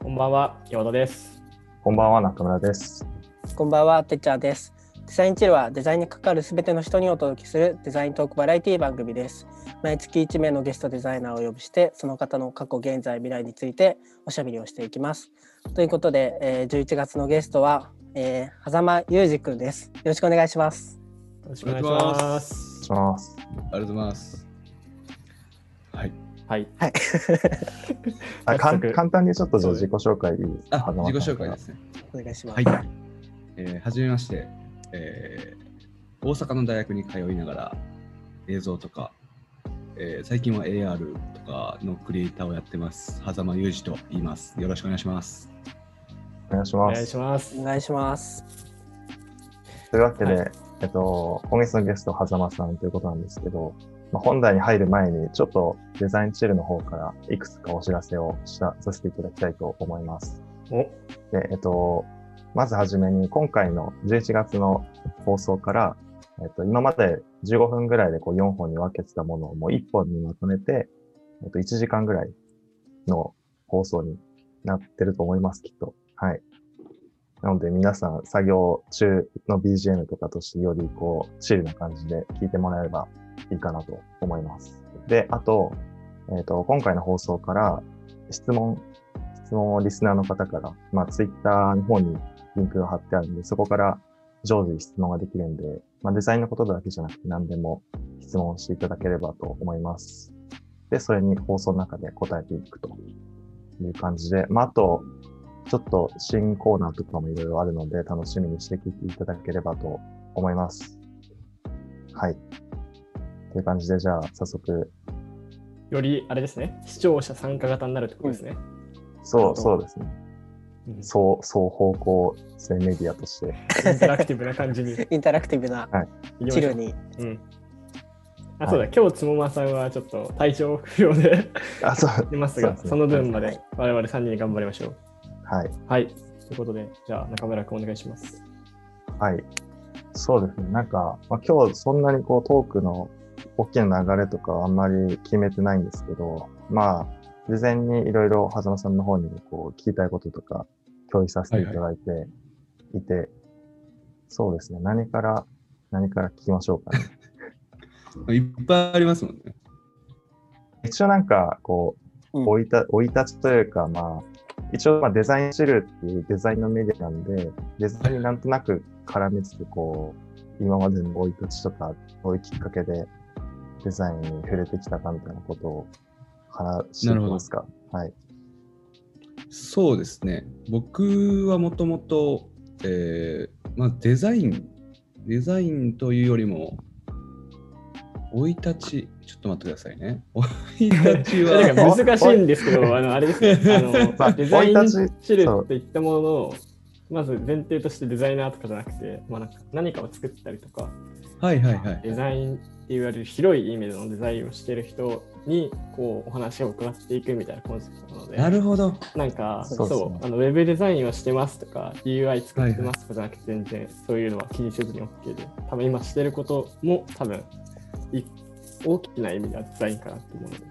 こんばんは、岩田です。こんばんは、中村です。こんばんは、てっちゃーです。デザインチルはデザインに関わるすべての人にお届けするデザイントークバラエティ番組です。毎月1名のゲストデザイナーをお呼びして、その方の過去、現在、未来についておしゃべりをしていきます。ということで、えー11月のゲストは、えー、狭間裕二くんです。よろしくお願いします。よろしくお願いしまお願いすし。ます。ありがとうございます。はい。はい、はい。あかん早速簡単にちょっとじゃあ自己紹介いいあ、自己紹介ですね。お願いします。はい。えーはじめまして、えー大阪の大学に通いながら映像とか、えー最近は AR とかのクリエイターをやってます。狭間裕二と言います。よろしくお願いします。お願いしおま願いす。しますお。願いします。というわけで、はえっと、今月のゲスト、狭間さんということなんですけど、まあ、本題に入る前に、ちょっとデザインチルの方からいくつかお知らせをしたさせていただきたいと思います。お、で、えっと、まずはじめに、今回の11月の放送から、えっと、今まで15分ぐらいでこう4本に分けてたものをもう1本にまとめて、えっと、1時間ぐらいの放送になってると思います、きっと。はい。なので皆さん、作業中の BGM とかとしてよりこう、チルな感じで聞いてもらえればいいかなと思います。で、あと、えっ、と、今回の放送から質問、質問をリスナーの方から、まあ、ツイッターの方にリンクが貼ってあるんで、そこから常時質問ができるんで、まあ、デザインのことだけじゃなくて何でも質問していただければと思います。で、それに放送の中で答えていくという感じで、まあ、あと、ちょっと新コーナーとかもいろいろあるので、楽しみにして聞いていただければと思います。はい。という感じで、じゃあ、早速、よりあれですね、視聴者参加型になるってことですね。そどうう、ぞそうですね。うんそう、そう方向性メディアとして。インタラクティブな感じに行インタラクティブなきましょ治う療に。うん。あ、そうだ、今日つもまさんはちょっと体調不良であ、そう。出ますそうが、でそすねの分まはでい我々3人で頑張りましょう。はい。はい。ということで、じゃあ中村君お願いします。はい。そうですね。なんか、まあ、今日そんなにこうトークの大きな流れとかはあんまり決めてないんですけど、まあ、事前にいろいろ狭間さんの方にこう聞きたいこととか共有させていただいていて、そうですね。何から、何から聞きましょうかね。いっぱいありますもんね。一応なんか、こうう、ん生いた、生い立ちというか、まあ、一応まあデザイン知るっていうデザインのメディアなんで、デザインになんとなく絡めつつ、こう、今までの生い立ちとか、こういうきっかけでデザインに触れてきたかみたいなことを話していきますか。はい。そうですね。僕はもともと、えーまあ、デザイン、デザインというよりも、生い立ち、ちょっと待ってくださいね。生い立ち は、なんか難しいんですけど、あの、あれです ね、あの、まあ、デザイン生い立ち、知るって言ったものの、まず前提としてデザイナーとかじゃなくて、まあ、なんか何かを作ったりとか、はいはいはい。デザインっていわれる広い意味でのデザインをしている人にこうお話を伺っていくみたいなコンセプトなのでなるほど。なんかそそううそうあのウェブデザインをしてますとか UI 作ってますとかじゃなくて全然そういうのは気にせずに OK で多分今してることも多分い大きな意味ではデザインかなって思うので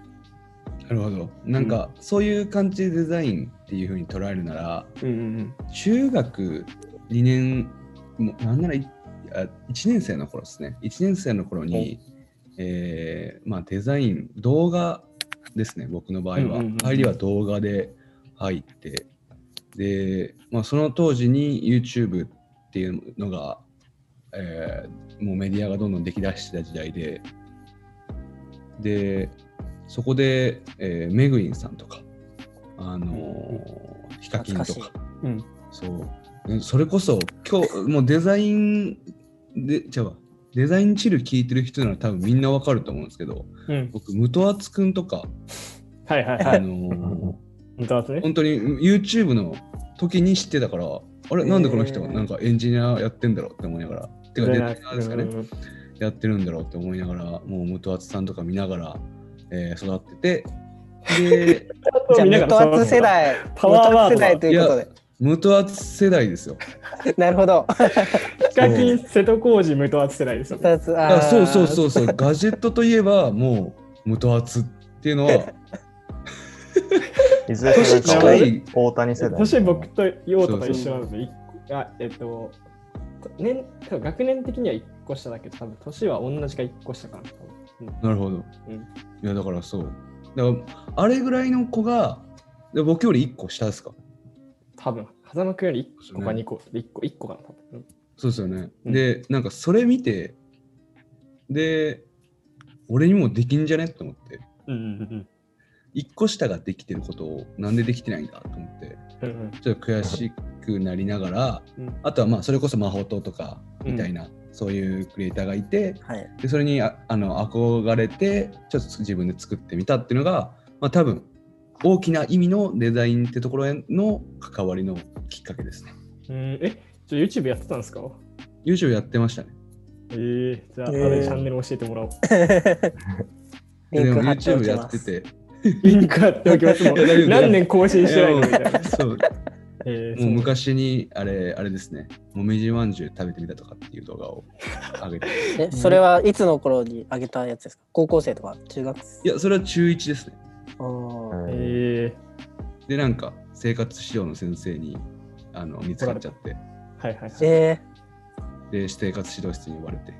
なるほど。なんか、そういう感じでデザインっていうふうに捉えるなら、うんうん中学2年、もうなんならいあ1年生の頃ですね。1年生の頃に、えーまあ、デザイン、動画ですね、僕の場合は。うんうんうん入りは動画で入って、で、まあ、その当時に YouTube っていうのが、えーもうメディアがどんどん出来だしてた時代で、で、そこで、えーメグインさんとか、あのーヒカキンと懐かか、うんうんそう。うんそれこそ、今日、もうデザインで、じゃあ、デザインチル聞いてる人なら多分みんなわかると思うんですけど、うん僕、ムトアツくんとか、はいはいはあいの本当はー、ね本当に YouTube の時に知ってたから、あれ、なんでこの人、えーなんかエンジニアやってんだろうって思いながら、てか、デザイナーですかね。うんうんやってるんだろうって思いながらもう元厚さんとか見ながら、えー育っててでじゃあ、見なネがッら触ろうトワーツ世 代、ネパワーワードだットワーツ世代ということで。元厚世代ですよなるほど。 ヒカキン瀬戸康史無党圧世代ですよ二つああそうそうそうそうガジェットといえばもう元厚っていうのはいずれそれか近い大谷世代。年僕と陽太と一緒なので、一個あえっと、年多分学年的には1個下だけど、多分年は同じか1個下かな。なるほど。うんいや、だからそう。だから、あれぐらいの子が、で僕より1個下ですか多分風間君より1個かそうね2個、一1個、一個かな、多分。そうですよね。うんで、なんかそれ見て、で、俺にもできんじゃねって思って、うんうん1個下ができてることをなんでできてないんだと思って、うんうん。ちょっと悔しくなりながら、うんあとはまあ、それこそ魔法塔とかみたいな、そういうクリエイターがいて、はい。でそれにああの憧れてちょっと自分で作ってみたっていうのが、まあ、多分大きな意味のデザインってところへの関わりのきっかけですね。うん、え、じゃあ YouTube やってたんですか YouTube やってましたね。えー、じゃあ、あえーれチャンネル教えてもらおう。 リででンクも貼ってお YouTube きやっまてす。て。リンク貼っておきます。もういや大丈夫 何年更新してないのいみたいやな。 そうえーもう昔にあれあれですね、もみじまんじゅう食べてみたとかっていう動画を上げて。えそれはいつの頃にあげたやつですか高校生とか中学生いや、それは中1ですね。あーそうえーえで、なんか生活指導の先生にあの見つかっちゃって、ー、はいはいはい。えで、生活指導室に呼ばれて、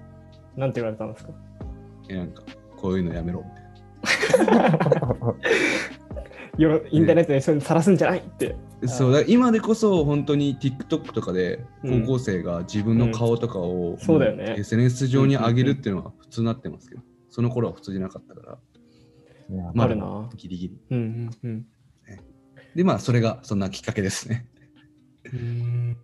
なんて言われたんですかえなんかこういうのやめろみたいな。よインターネットでそういうのさらすんじゃないって。そうだから今でこそ本当に TikTok とかでうん高校生が自分の顔とかを、そうだよね SNS 上に上げるっていうのは普通になってますけど、その頃は普通じゃなかったから、いやまあるなギリギリ。うんうんで、まあ、それがそんなきっかけですね。うん。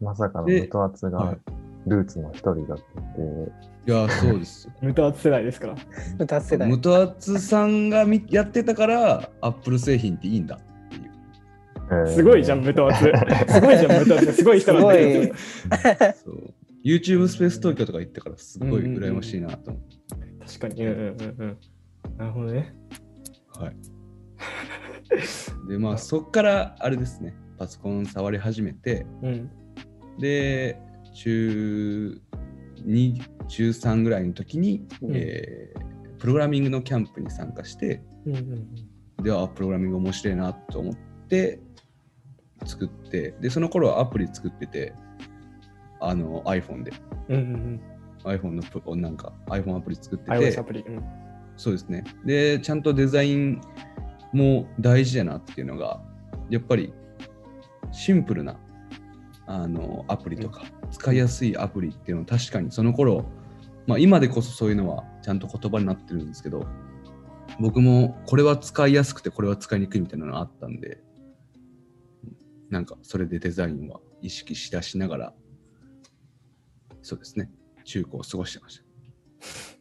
まさかのでムトアツはがい、ルーツの一人だったっていう。いや、そうです。 無駄世代ですから。ー、歌世代。ムトアツさんがみやってたから、アップル製品っていいん だ。えーすごいじゃん、無駄圧。すごいじゃん、無駄圧。すごい人なんだけ ど。そう YouTube スペース東京とか行ったから、すごい羨ましいなと思って。確かに。うんうんうんうん。なるほどね。はい。で、まあ、そっからあれですね、パソコン触り始めて、うん。で中2中3ぐらいの時に、うんえープログラミングのキャンプに参加してうんうんではプログラミング面白いなと思って作ってでその頃はアプリ作っててあの iPhone でうん。うんうん。 iPhone のプロなんか iPhone アプリ作ってて iOS アプリ。うんそうですねでちゃんとデザインも大事だなっていうのがやっぱりシンプルなあのアプリとか、使いやすいアプリっていうのは確かにその頃、まあ、今でこそそういうのはちゃんと言葉になってるんですけど僕もこれは使いやすくてこれは使いにくいみたいなのがあったんでなんかそれでデザインは意識しだしながらそうですね中高を過ごしてました。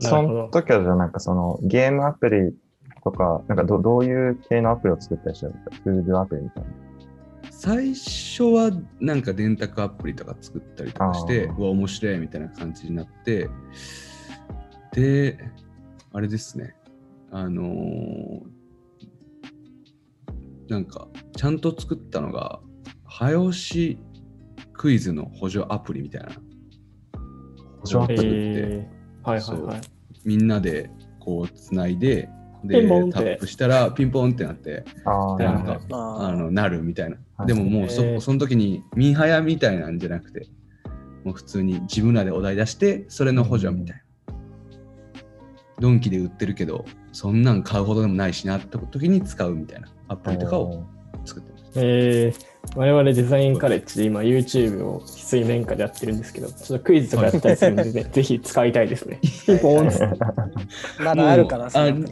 その時はじゃあなんかそのゲームアプリとか、なんかどどういう系のアプリを作ったりしてるんですかフールアプリみたいな。最初はなんか電卓アプリとか作ったりとかしてあーうわ面白いみたいな感じになってであれですねあのーなんかちゃんと作ったのが早押しクイズの補助アプリみたいな補助アプえリーはいはいはい。みんなでこうつないでピでンポンってタップしたらピンポンってなってああ、でなるなんほかど。ああーのなるみたいな、はいでももうそ,、へーその時にミンハヤみたいなんじゃなくてもう普通に自分らでお題出してそれの補助みたいな、ドンキで売ってるけどそんなん買うほどでもないしなって時に使うみたいなアプリとかを作ってました、えー、我々デザインカレッジで今 YouTube を水面下でやってるんですけど、ちょっとクイズとかやったりするんで、ね、ぜひ使いたいです ね。ピンポンっつってまだあるかな、そあのリリ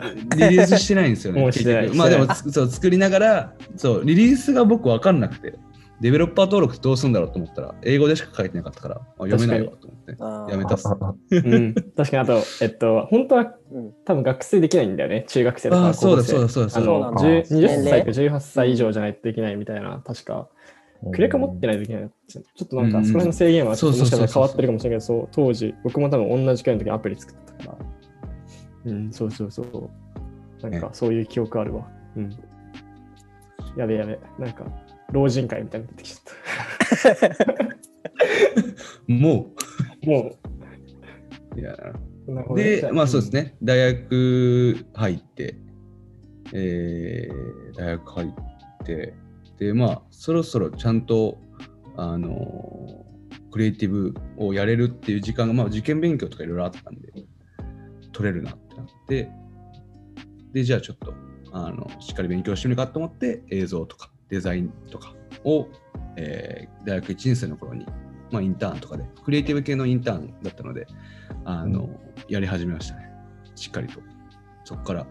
ースしてないんですよねもうしてない結局まあしてなでいもつそう作りながらそうリリースが僕分かんなくてデベロッパー登録ってどうするんだろうと思ったら英語でしか書いてなかったからあ読めないわと思ってあーやめたっすうん、確かにあと、えっと、本当はうん多分学生できないんだよね、中学生とかあーそうだそうだそうだあのそうなん10だ20歳年か18歳以上じゃないとできないみたいな、確か、クレカ持ってないといけない。ちょちょっとなんうんか、そこら辺の制限はちょっとそもうしそうかそうしたら変わってるかもしれないけど、そう当時、僕も多分同じくらいの時アプリ作ったから。うん、そうそうそう。なんか、そういう記憶あるわ。うん。やべやべ、なんか、老人会みたいになってきちゃった。 ももういやう、なるほどねで、まあそうです。ね、大学入って、えー大学入って、で、まあ、そろそろちゃんと、あのークリエイティブをやれるっていう時間が、まあ、受験勉強とかいろいろあったんで、取れるなってなって、で、じゃあちょっと、あの、しっかり勉強してみるかと思って、映像とかデザインとかを、えー大学1年生の頃に、まあ、インターンとかで、クリエイティブ系のインターンだったので、あの、やり始めましたね。しっかりと。そこからも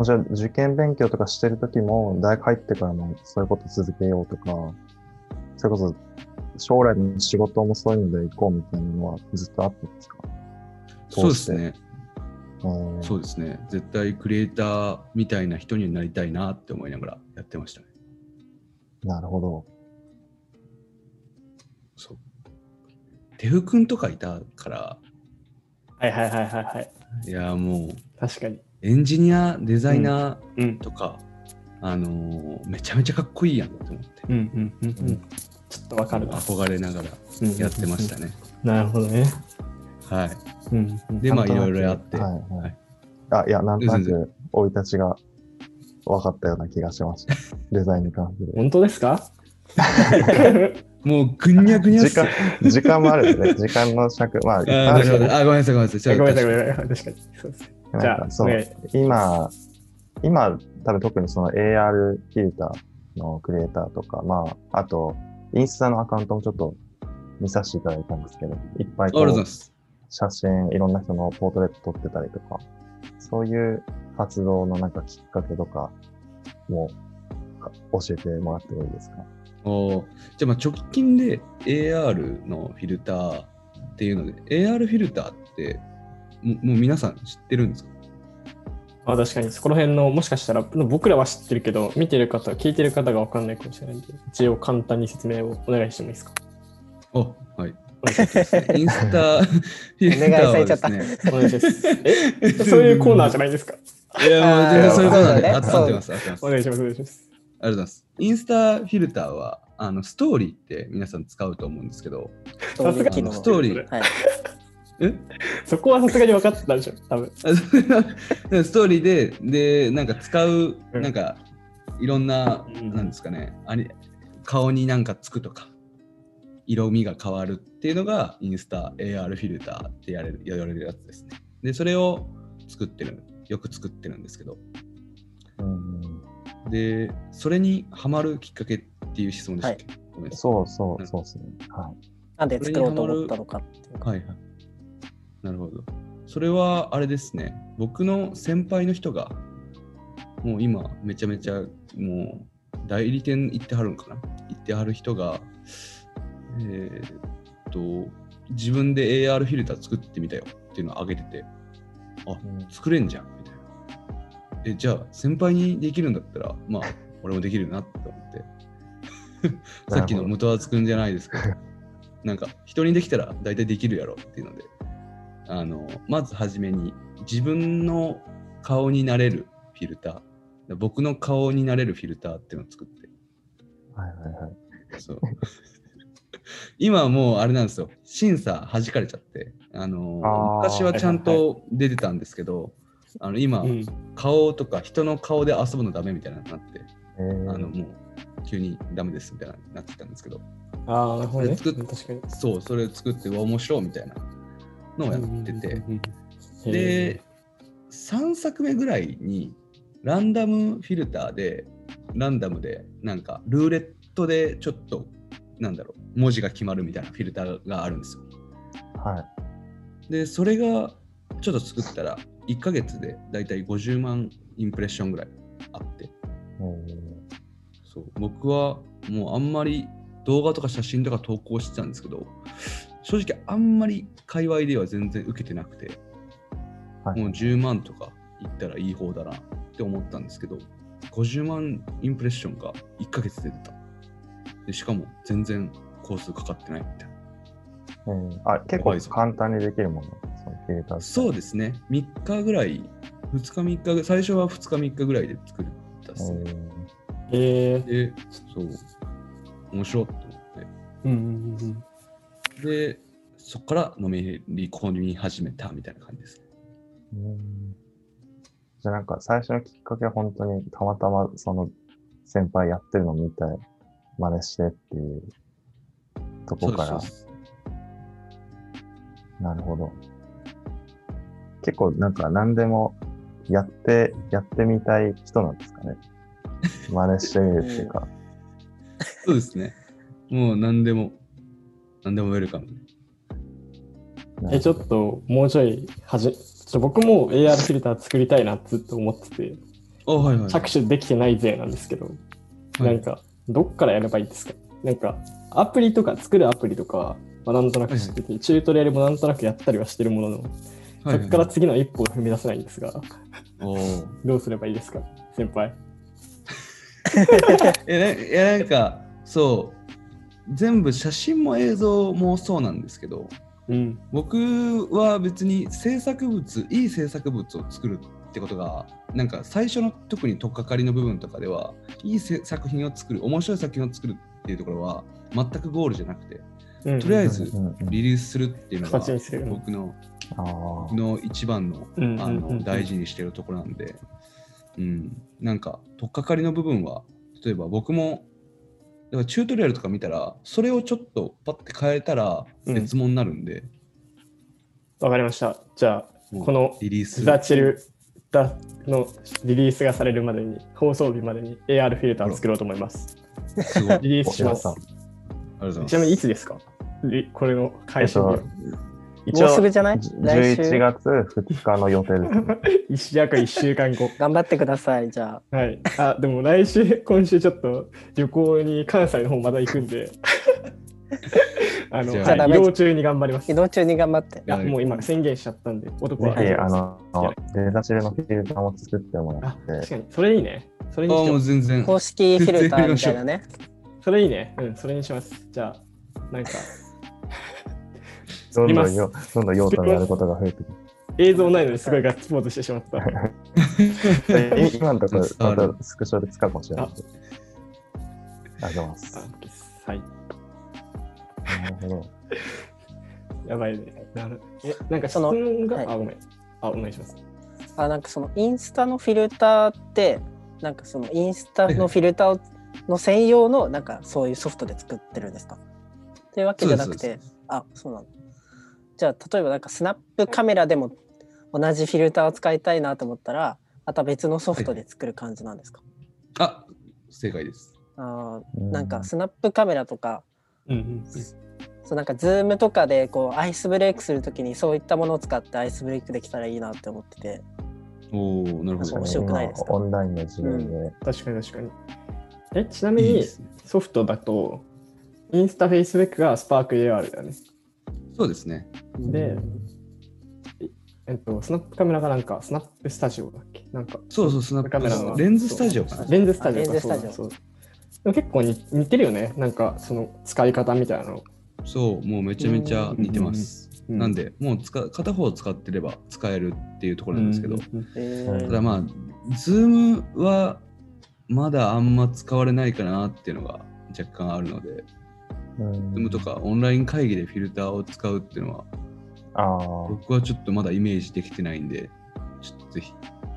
うじゃあ受験勉強とかしてる時も、大学入ってからもそういうこと続けようとか、それこそ将来の仕事もそういうので行こうみたいなのはずっとあったんですかそうですね。うんそうですね。絶対クリエイターみたいな人になりたいなって思いながらやってましたね。なるほど。そう。テフ君とかいたから、はいはいはいはいはい。いや、もう確かに。エンジニア、デザイナうんー。とか、あのーめちゃめちゃかっこいいやんと思って、うんうんうんうん。ちょっとわかるな。憧れながらやってましたね。なるほどね。はい。うんうん。で、まあ、いなんとなろくいろやって、はいはいはいあ、いや、なんとな全然く生い立ちが分かったような気がし ました。デザインに関する。本当ですかもうぐにゃぐにゃっ時すよ間、時間もあるんですね。時間の尺、まあ、いっ あぱいーあなるるけほどど。あ、ごめんなさい、ごめんなさい。ごめんなさいじごゃめあんなさい。確かに。そうですね。じゃなんあ、かそおう願い今、今、多分特にその AR フィルターのクリエイターとか、まあ、あと、インスタのアカウントもちょっと見させていただいたんですけど、いっぱいありがとこうございうます。写真、いろんな人のポートレート撮ってたりとか、そういう活動のなんかきっかけとかもか教えてもらってもいいですかおーじゃあまあ直近で AR のフィルターっていうので AR フィルターってももう皆さん知ってるんですかあ確かに、そこら辺の、もしかしたら、僕らは知ってるけど、見てる方、聞いてる方がわかんないかもしれないんで、一応簡単に説明をお願いしてもいいですかあはい。お願いします。 インスタフィルターはですね。お願いします。え、そういうコーナーじゃないですかいやもう全然そういうことなんであーあ合ってます合ってます。おあり願いがとうします、お願いします。ございます。インスタフィルターはあのストーリーって皆さん使うと思うんですけど、さすがあにのストーリー昨はい。えそこはさすがに分かってたでしょ、多分。あそうストーリーで、で、なんか使う、うんなんかいろんな、うんなんですかね、あれ顔になんかつくとか、色味が変わるっていうのが、インスタ AR フィルターってやれるやられるやつですね。で、それを作ってる、よく作ってるんですけど、うんで、それにハマるきっかけっていう質問でしたっけ、ごめんなさそうそう、そうですね。はい。なんで作ろうと思ったのかっていうい。か。はいはい。なるほど。それはあれですね、僕の先輩の人が、もう今、めちゃめちゃ、もう、代理店行ってはるんかな行ってはる人が、えーっと、自分で AR フィルター作ってみたよっていうのを上げてて、うん作れんじゃんみたいな。え、じゃあ、先輩にできるんだったら、まあ、俺もできるなって思 って。さっきの元はつくんじゃないですけど、なんか、人にできたら大体できるやろっていうので、あの、まずはじめに、自分の顔になれるフィルター、僕の顔になれるフィルターっていうのを作って、はいはいはい。 そう。今はもうあれなんですよ、審査弾かれちゃって、あのあー昔はちゃんと出てたんですけど、あの今、うん。顔とか人の顔で遊ぶのダメみたいなのになって、えーあのもう急にダメですみたいなのになってたんですけど、ああ、なるほどね。作っ確かに。そう、それ作って、うわ、面白いみたいなのをやってて、うんうんうんうん、へで、3作目ぐらいに、ランダムフィルターで、ランダムで、なんか、ルーレットでちょっと、なんだろう、文字が決まるみたいなフィルターがあるんですよ。はい。で、それが、ちょっと作ったら、1ヶ月でだいたい50万インプレッションぐらいあって、えーそう僕はもうあんまり動画とか写真とか投稿してたんですけど正直あんまり界隈では全然受けてなくて、はいもう10万とかいったらいい方だなって思ったんですけど50万インプレッションが1ヶ月で出たでしかも全然工数かかってないみたいなえーあ結構簡単にできるもの、そのフィルターそうでですね3日ぐらい2日3日ぐらい最初は2日3日ぐらいで作ったっすね、えー。でそう面白いと思ってうんうんうんうん。で、そこからのめり込み始めたみたいな感じです。うんじゃあなんか最初のきっかけは本当にたまたまその先輩やってるの見て、真似してっていうとこそうかですそらうで。す。なるほど。結構なんか何でもやって、やってみたい人なんですかね。真似してみるってい うか。そうですね。もう何でも、何でもウェルカム。なんかえ、ちょっと、もうちょい、はじ、ちょ僕も AR フィルター作りたいなってずっと思ってて、あ、はいはい。着手できてない勢なんですけど、はないんか、どっからやればいいですかなんか、アプリとか、作るアプリとか、まあ、なんとなく知ってて、チュートリアルもなんとなくやったりはしてるものの、はいはいそこから次の一歩が踏み出せないんですが、おーどうすればいいですか先輩。えないやなんかそう全部写真も映像もそうなんですけどうん。僕は別に制作物いい制作物を作るってことがなんか最初の特に取っかかりの部分とかではいいせ作品を作る面白い作品を作るっていうところは全くゴールじゃなくてうんとりあえうずんうんリリースするっていうのが形にする僕のあ僕の一番のうんうんうんあうんの大事にしてるところなんで、うん、なんか取っかかりの部分は例えば僕もだからチュートリアルとか見たらそれをちょっとパッて変えたらうん別物になるんで、わかりました。じゃあ、もうこのリリースザチルだのリリースがされるまでに、放送日までに AR フィルターを作ろうと思います。すごいありリリーースします。あがとうございまちなみすにいつですかリこれのえ配っ信と日、一も応うすぐじゃない来11週月2日の予定ですね。一約1週間後。頑張ってくださいじゃあはい。あ、でも来週、 今週ちょっと旅行に関西の方まだ行くんで、 あの、じゃあはい移動中に頑張ります。移い動中に頑張ってや、もう今宣言しちゃったんで、男ぜは。ひ、あの、デザチルのフィルターも作ってもらあっ、確て、かに、それいいね。それにあしもようう。全然公式フィルターみたいなねそれいいね。うん、それにします。じゃあ、なんか、どんどん作よ、どんどん用途になることが増えてく 映像ないのにすごいガッツポーズしてしまった。る。い今のところ、伝まわるたスクショで使うかもしれないです。ありがとうございます。はい。なるほど。やばいね。なるえ、なんか質その問が、はいあ、ごめん。あ、お願いします。あなんかそのインスタのフィルターってなんかそのインスタのフィルターをの専用のなんかそういうソフトで作ってるんですかっていうわけじゃなくそうてであそうなのじゃあ例えばなんかスナップカメラでも同じフィルターを使いたいなと思ったらまた別のソフトで作る感じなんですか、あ正解ですあうーなんかスナップカメラとかうんうん。そうなんかズームとかでこうアイスブレイクするときにそういったものを使ってアイスブレイクできたらいいなって思ってておおなるほ面ど白くないですか今オンラインの時代で、確かに確かに。え、ちなみいいにですねソフトだと、インスタ、フェイスブックがスパーク AR だよね。そうですねで、えっと、スナップカメラがなんか、スナップスタジオだっけなんか、そうそうスナップカメラのレンズスタジオかなレンズスタジオあレンかズスタそうジだオそうだでも結構に似てるよね。なんか、その使い方みたいなの。そうもうめちゃめちゃ似てます、うなん、でもう使片方使ってれば使えるっていうところなんですけど、うんうんうんえうんただまあ、ズームはまだあんま使われないかなっていうのが若干あるので、うんズームとかオンライン会議でフィルターを使うっていうのは、ああ、僕はちょっとまだイメージできてないんで、ちょっとぜひ。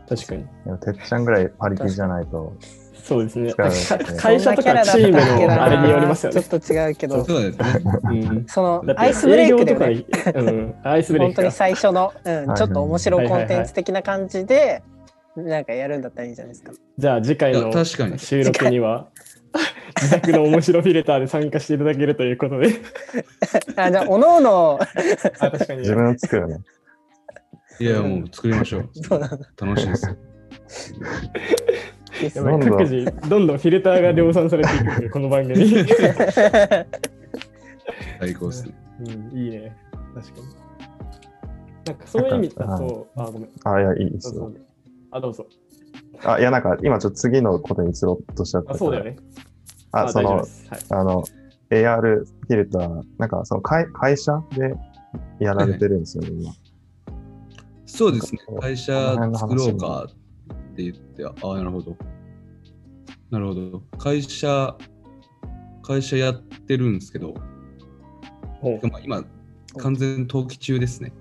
確かに。でもてっちゃんぐらいパリピじゃないと、そうですね。使うか 会社とかチそーんムなキャラだったっけのなあれによりますよね。ちょっと違うけどそうですね。うんそのだってアイスブレイク営で、業とかうね、ん、アイスブレイ本クか当に最初の、うん、はいちょっと面白いコンテンツ的な感じで、なんかやるんだったらいいんじゃないですか。じゃあ次回いやの確かに。収録に は自宅の面白フィルターで参加していただけるということ であじゃあ、おのおの、あ確かに自分を作るね。いや、もう作りましょう。そうなんだ楽しいです。ですや ばねいどんどん各自どんどんフィルターが量産されていくんでこの 番組、う最高ですね。ん、いいね確かになんかそういう意味だとあごめんあ、いや、いいでそうすそよ。うあどうぞあ、いや、なんか、今ちょっと次のことに移ろうとしちゃったかあら。そうだよねあ、そ大丈夫ので、すはいあの、AR フィルター、なんか、その会、会社でやられてるんですよね、今。そうですねこ。の会社作ろうかって言って、ああ、なるほど。なるほど。会社、会社やってるんですけど、ほうまあ今、完全登記中ですね。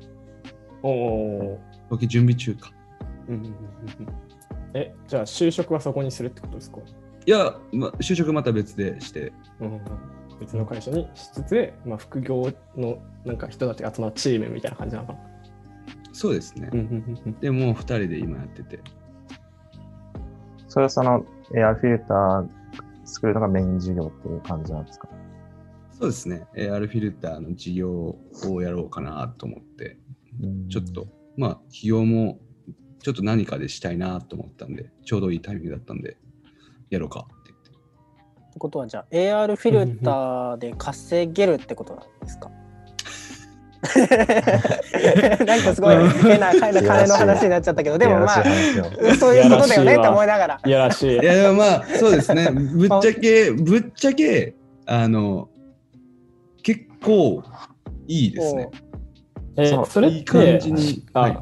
おー登記準備中か。うんうんうんうんえ、じゃあ就職はそこにするってことですか、いや、ま、就職また別でして、うん、別の会社にしつつ、まあ、副業のなんか人たちが集まるチームみたいな感じなのかな。そうですね。うんでもう2人で今やってて。それはそのエアフィルター作るのがメイン事業っていう感じなんですかそうですね。AR フィルターの事業をやろうかなと思って、ちょっと。、まあ、企業もちょっと何かでしたいなと思ったんで、ちょうどいいタイミングだったんで、やろうかって言って。ってことはじゃあ AR フィルターで稼げるってことなんです かなんかすごい変な変な金の話になっちゃったけどでもまあいやらしい話を そういうことだよねって思いながらいやらしいい。や、でもまあ、そうで すね。ぶっちゃけ、ぶっちゃけ、あの、結構いいですね。えそうそれっていい感じに。あはい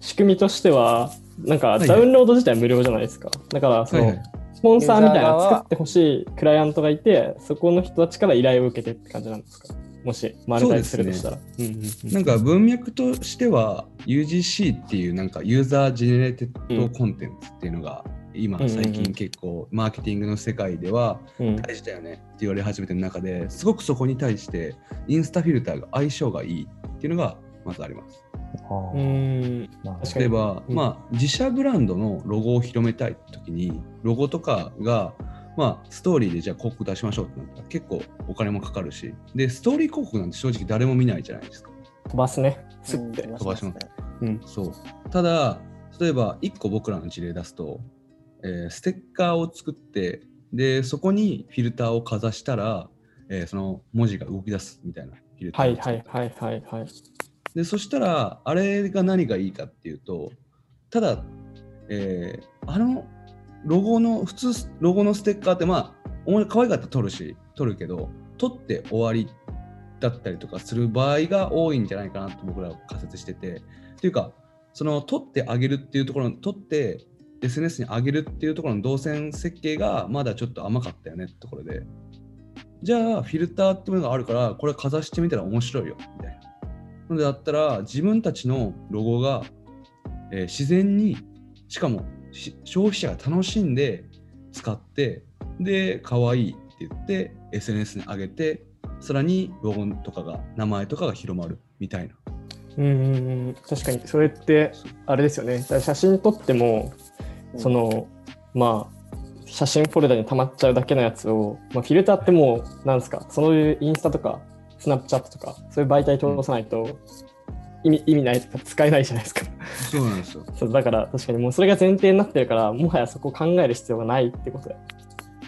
仕組みとしては、なんかいはいダウンロード自体無料じゃないですか。だから、そはいはのい、スポンサーみたいユーなザー側は作ってほしいクライアントがいて、そこの人たちから依頼を受けてって感じなんですか。もし、マネタイズするとしたら。うんうんうんなんか文脈としては UGC っていうなんかユーザージェネレーテッドコンテンツっていうのが今うんうんうん最近結構マーケティングの世界ではうん大事だよねって言われ始めてる中ですごくそこに対してインスタフィルターが相性がいいっていうのがまずあります。あうーんなるほど確かに例えば、うんまあ、自社ブランドのロゴを広めたい時にロゴとかが、まあ、ストーリーでじゃあ広告出しましょうってなったら結構お金もかかるしでストーリー広告なんて正直誰も見ないじゃないですか。飛ばすね。すっうんて。飛ばしますうんそうただ例えば1個僕らの事例出すと、えーステッカーを作ってでそこにフィルターをかざしたら、えーその文字が動き出すみたいなフィルタはーをい作はるいはいはいはい。でそしたらあれが何がいいかっていうとただ、えーあのロゴの普通ロゴのステッカーってまあお前可愛かったら撮るし撮るけど撮って終わりだったりとかする場合が多いんじゃないかなと僕らは仮説しててというかその撮ってあげるっていうところの撮って SNS に上げるっていうところの動線設計がまだちょっと甘かったよねってところでじゃあフィルターってものがあるからこれかざしてみたら面白いよみたいなのでだったら自分たちのロゴが、えー自然にしかもし消費者が楽しんで使ってで可愛いって言って SNS に上げてさらにロゴとかが名前とかが広まるみたいなうんうんうん、確かにそれってあれですよねだから写真撮ってもうんその、まあ写真フォルダに溜まっちゃうだけのやつを、まあ、フィルターってもうなんですかそういうインスタとかスナップチャットとかそういう媒体通さないと意味,、意味ないとか使えないじゃないですか そうなんですよそうだから確かにもうそれが前提になってるからもはやそこを考える必要がないってことで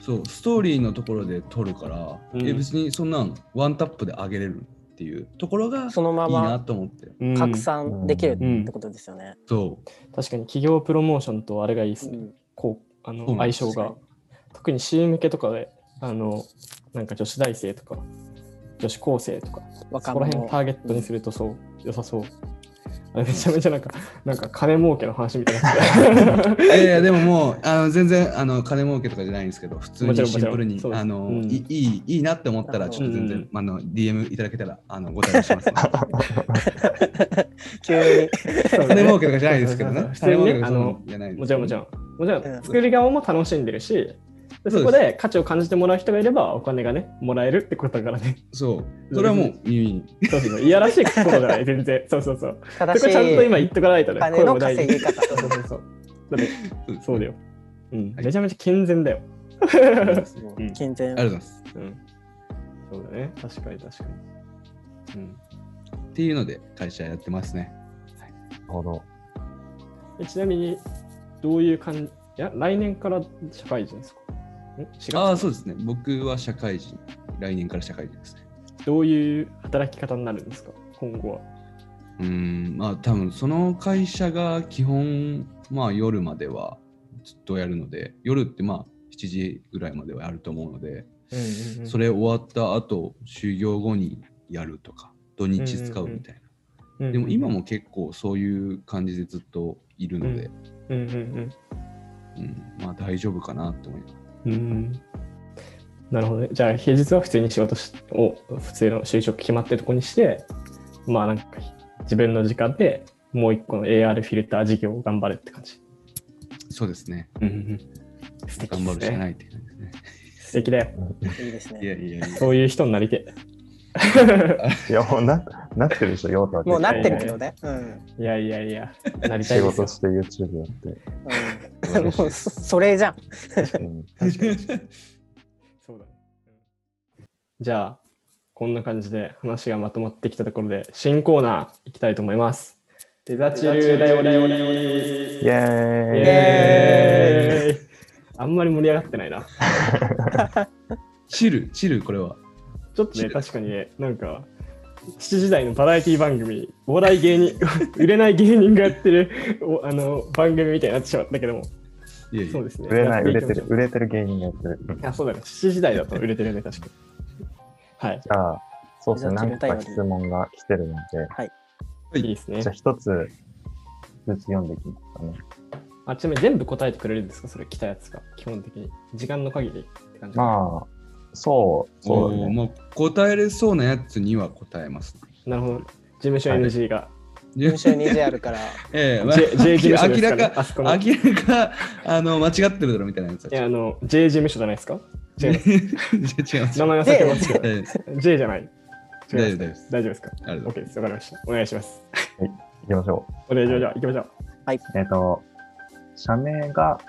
そうストーリーのところで撮るから、うんえ別にそんなんワンタップで上げれるっていうところがいそのまいなまと思ってうん拡散できるってことですよね、そ確かに企業プロモーションとあれがいいですね、うんこうあのそうなん相性ですが特に CM 向けとかであのなんか女子大生とか女子高生とかそ若こら辺者をターゲットにするとそう、良さそうあれめちゃめちゃなんかなんか金儲けの話みたいなういやいやでももうあの全然あの金儲けとかじゃないんですけど普通もちろにんもシちンろんプルにそうですあの、うんいいいいいなって思ったらちょっと全然、うんあの DM いただけたらあのご対応 します、急に金儲けとかじゃないですけどね普通にね金儲けとかそういうのじゃないですもちろんもちろんもちろうんん作り側も楽しんでるしでそうそですこで価値を感じてもらう人がいればお金がねもらえるってことだからね そうそれはもう耳にそうそうそういやらしいことじゃない全然そうそうそう正そこしちゃんとい今言っとかないとね金声のも大事稼ぎ方そうそうそうそうだってそうだよ。うん、はいめちゃめちゃ健全だよ。ありがとうございますあうん健全りがとうございますうん、そうだね。確かに確かに。うんっていうので会社やってますねなるほど。え、ちなみに、どういう感じいや、来年から社会人ですかん ?4 月ああそうですね僕は社会人来年から社会人ですねどういう働き方になるんですか今後は。うーんまあ多分その会社が基本まあ夜まではずっとやるので夜ってまあ7時ぐらいまではやると思うので、うんそれ終わった後就業後にやるとか土日使うみたいな、れでも今、も結構そういう感じでずっといるので、うんうんうんまあ大丈夫かなと思いますうん。うんなるほどね。じゃあ、平日は普通に仕事しを、普通の就職決まってるとこにして、まあなんか、自分の時間で、もう一個の AR フィルター事業を頑張れって感じ。そうですね。うんうんうん、素敵頑張るでしすね。かないって感じですね。素敵だよ。いいですね。いやいやいや。そういう人になりていや、もうな、なってるでしょ、ヨータはもうなってるけどね。うん。え。いやいやいや、なりた仕いです事よ。して YouTube やっうん、もうそそれじゃん。て。うんそうだねうんじゃあ、こんな感じで話がまとまってきたところで、新コーナーいきたいと思います。デザチルだよだよだよだよイェイーイエーイあんまり盛り上がってないな。チル、チル、これは。ちょっとね、確かにね、なんか、7時台のバラエティ番組、お笑い芸人、 売れない芸人がやってるおあの番組みたいになってしまったけども、いやいやそうですね。売れない、売やれってきるましょ、う売れてる芸人がやってる。うんあ、そうだね。7時台だと売れてるね、確かに。はい。じゃあ、そうですね、じゃあ何か質問が来てるので、いいですねじゃあ。一つ、ずつ読んでいきますかね。あ、ちなみに全部答えてくれるんですかそれ来たやつが。基本的に。時間の限りって感じ。まあ、そう、そうだおーね。もう答えれそうなやつには答えます。なるほど。事務所 NG が。事事務所に 2G あるから、ええ、まあ J, J 事務所ですか、明らね、か、あそこ明の。らいか、あの、間違ってるだろみたいなやつ。や、あの、J 事務所じゃないですか違います。違います。名前忘れてますけど。ええ J じゃない。違い大丈夫まですす。大丈夫ですかありがとう ?OK です。わかりました。お願いします。行きましょお願いしましょう。行きましょう。う。えっ、と、社名が、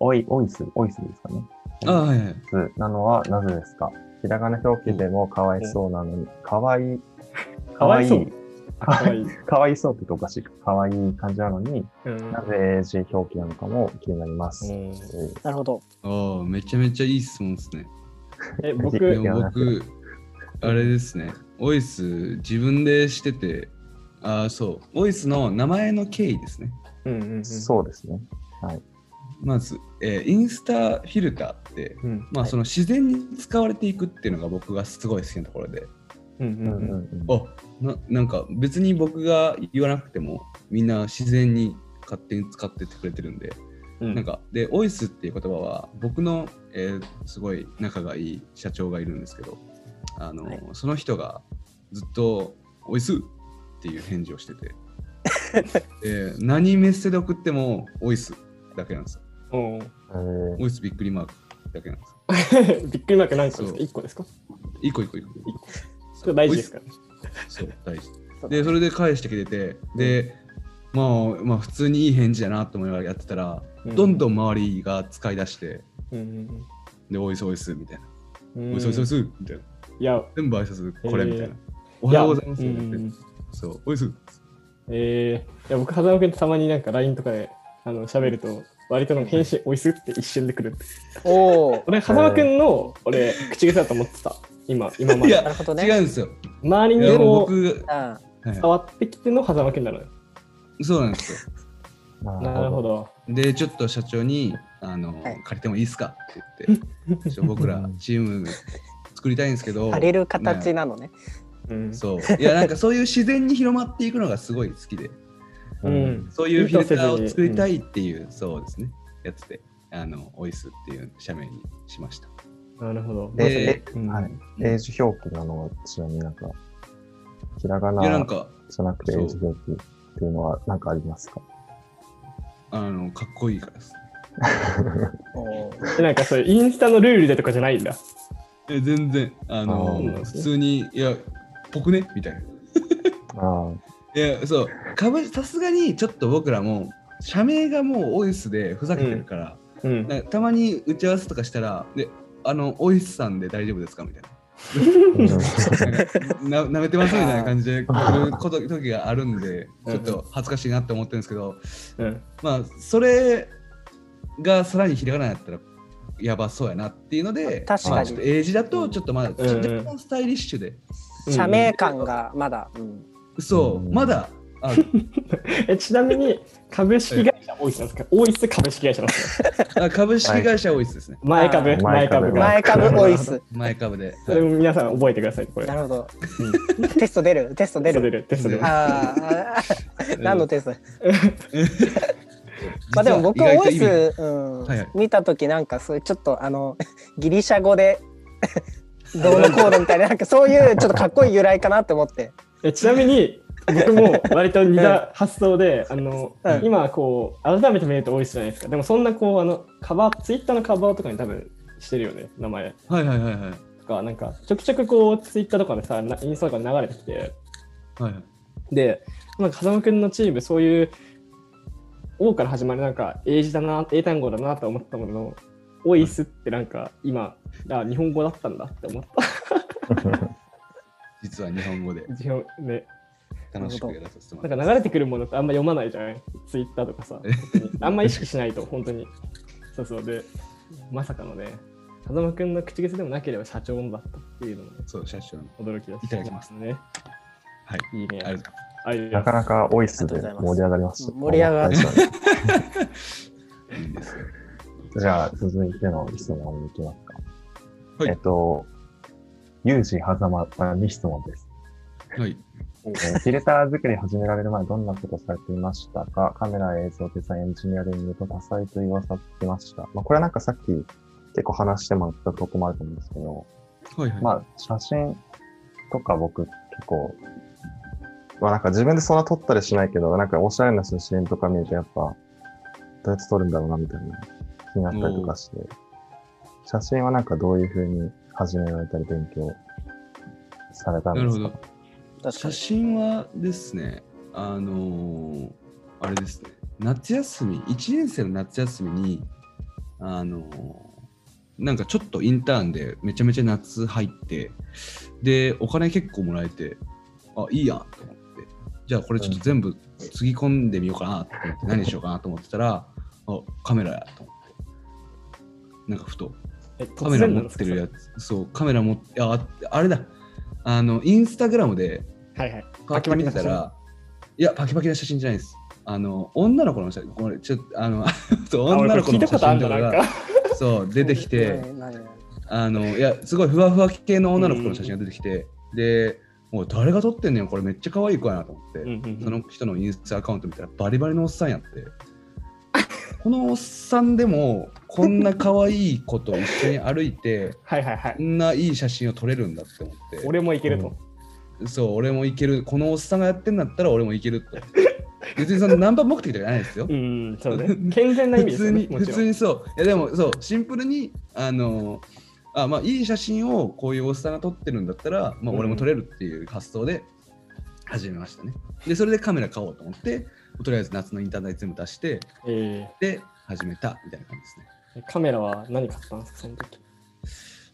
おい、おいす、おいすですかね。ああ、はいはい。つなのはなぜですかひらがな表記でもかわいそうなのに、かわいい、かわいかわいい、あかわいい。かわいそうって言うとおかしいか、かわいい感じなのに、うんな。ぜ英字表記なのかも気になります。うんうんなる ほど。ああ、めちゃめちゃいい質問ですね。え、で僕、やも僕、あれですね、オイス自分でしてて、ああ、そう、オイスの名前の経緯ですね。うんうんうん。そうですね。まず、えーインスタフィルターって、うん。まあ、その自然に使われていくっていうのが僕がすごい好きなところで、うんううんんううん。んあななんか別に僕が言わなくても、みんな自然に勝手に使ってってくれてるんで、うんなんか、で、オイスっていう言葉は、僕の、えーすごい仲がいい社長がいるんですけど、あの、はいその人がずっと、オイスっていう返事をしてて、えー何メッセで送っても、オイスだけなんですよ。おう うん。えオイスびっくりマークだけなんですよ。びっくりマーク何個ですそうか ?1 個ですか一個一個一個。それ大事ですかからね。そう、大事。そうで、それで返してきてて、で、まあ、まあ、普通にいい返事だなと思いながらやってたら、どんどん周りが使い出して、うんうんで、オイスオイスみたいな。うん。オイスオイスオイスみたいな。いや、全部挨拶これみたいな。えーおはようございます。やみたいなうんそう、おいす。えーいや僕、風間君とたまになんか LINE とかであの喋ると、割となんか返信、おいすって一瞬で来る。おお、俺、風間君の、俺、口癖だと思ってた。今、今まいでや。なるほど違うね。んですよ。周りいにや、もうこう、僕、あはい伝わってきての風間君なのよ。そうなんですよ。ーなるほ。ど。で、ちょっと社長に、あの、はい借りてもいいですかって言って、ちょ僕らチーム作りたいんですけど、あ、借りる形なのね。うんそう。いや、なんかそういう自然に広まっていくのがすごい好きで、う。うんんそういうフィルターを作りたいっていう、そうですね、やつで、あの、オイスっていう社名にしました。なるほど。で、うんはい英字表記なのは、ちなみになんか、ひらがいや、なんなか、じゃなくて英字表記っていうのは何かありますかあの、かっこいいからです。おお、えなんかそういうインスタのルールでとかじゃないんだ。え全然あのあー普通にいや僕ねみたい なあいやそうかぶさすがにちょっと僕らも社名がもうオイスでふざけてるから、うん。なんかたまに打ち合わせとかしたらであのオイスさんで大丈夫ですかみたいな。あ。なんかな舐めてますみたいな感じでこういうこと時があるんでちょっと恥ずかしいなって思ってるんですけどうん。まあそれがさらにひらがなやったらやばそうやなっていうので確かにまあちょっと英字だとちょっとまだちょっと若干スタイリッシュで社名感がまだ。うん。そう、うんまだあえちなみに、株式会社オイスなんですかオイス株式会社なんですかあ株式会社オイスですね。前株あ、ー前株が。前株オイス。前株で。それも皆さん覚えてください、これ。なるほど。テスト出る、テスト出テスト出る。る、テスト出る。ああ、何のテスト。まあでも僕実はは意オ外とイ意ス、味うんはいはい見た時なんかそういうちょっとあの ギリシャ語でどうのこうのみたいななんかそういうちょっとかっこいい由来かなって思ってえちなみに、僕も割と似た発想で、あの、うん今こう、改めて見ると多いじゃないですか。でもそんなこう、あの、カバー、ツイッターのカバーとかに多分してるよね、名前はいはいはいはい。とか、なんか、ちょくちょくこう、ツイッターとかでさ、なインスタとかに流れてきて、はいはい、で、なんか風間くんのチーム、そういう、王から始まるなんか英字だな、英単語だなと思ったものの、オイスってなんか今、あ、日本語だったんだって思った。実は日本語で日本ね、楽しくやらせてもならってんまかす流れてくるものってあんま読まないじゃないツイッターとかさ。あんま意識しないと、本当に。そうそう。で、まさかのね、風間くんの口癖でもなければ社長だったっていうのもね、そう、社長の。驚きだし。いただきますね。はい。いいね。ありがとうありながかとうなかオイスで盛り上がりました。盛り上 がっございます。いいですよ。じゃあ、続いての質問に行きますか。はいえっと、ユージ・ハザマさんに質問です。はえい。ーフィルター作り始められる前、どんなことされていましたかカメラ、映像、デザイン、エンジニアリングと多彩という噂を聞きました。まあ、これはなんかさっき結構話してもらったとこもあると思うんですけど、はいはい。まあ、写真とか僕結構、まあなんか自分でそんな撮ったりしないけど、なんかおしゃれな写真とか見るとやっぱ、どうやって撮るんだろうなみたいな気になったりとかして、写真はなんかどういうふうに始められたり勉強されたんなでるすほかど。確か写に。真はですね、あのーあれですね、夏休み、1年生の夏休みに、あのーなんかちょっとインターンでめちゃめちゃ夏入って、で、お金結構もらえて、あ、いいやんと思って、じゃあこれちょっと全部つぎ込んでみようかなと思って、何しようかなと思ってたら、あ、カメラやと思って、なんかふと、えカメラ突然持なっんですてかるやつ、そう、カメラ持って、あ、あれだ、あの、インスタグラムで、はいはい。パッと見てたら、いや、パキパキな写真じゃないです。あの、女の子の写真、これ、ちょっと、あの、 あ俺女の子聞いたの写ことあ真んとだかなんが、か。そう、出てきて、何。何あの、いや、すごいふわふわ系の女の子の写真が出てきて、で、もう誰が撮ってんねん、これめっちゃ可愛い子やなと思って、うんうんうんその人のインスタアカウント見たら、バリバリのおっさんやって。このおっさんでも、こんな可愛い子と一緒に歩いて、はいはいはこい。んないい写真を撮れるんだって思って。俺もいけると。そう、俺もいける。このおっさんがやってんだったら俺もいけると。 別にそのナンバー目的とかじゃないですよう。ん、そうね。健全な意味で 普すよ通ねに、。も普ちろ通ん。にそう。いや、でもそう、シンプルに、あの、あまあ、いい写真をこういうおっさんが撮ってるんだったら、まあ、俺も撮れるっていう発想で始めましたね。で、それでカメラ買おうと思って、とりあえず夏のインターネット全部出して、えで、始めたみたいな感じですね。ーカメラは何買ったんですか、その時。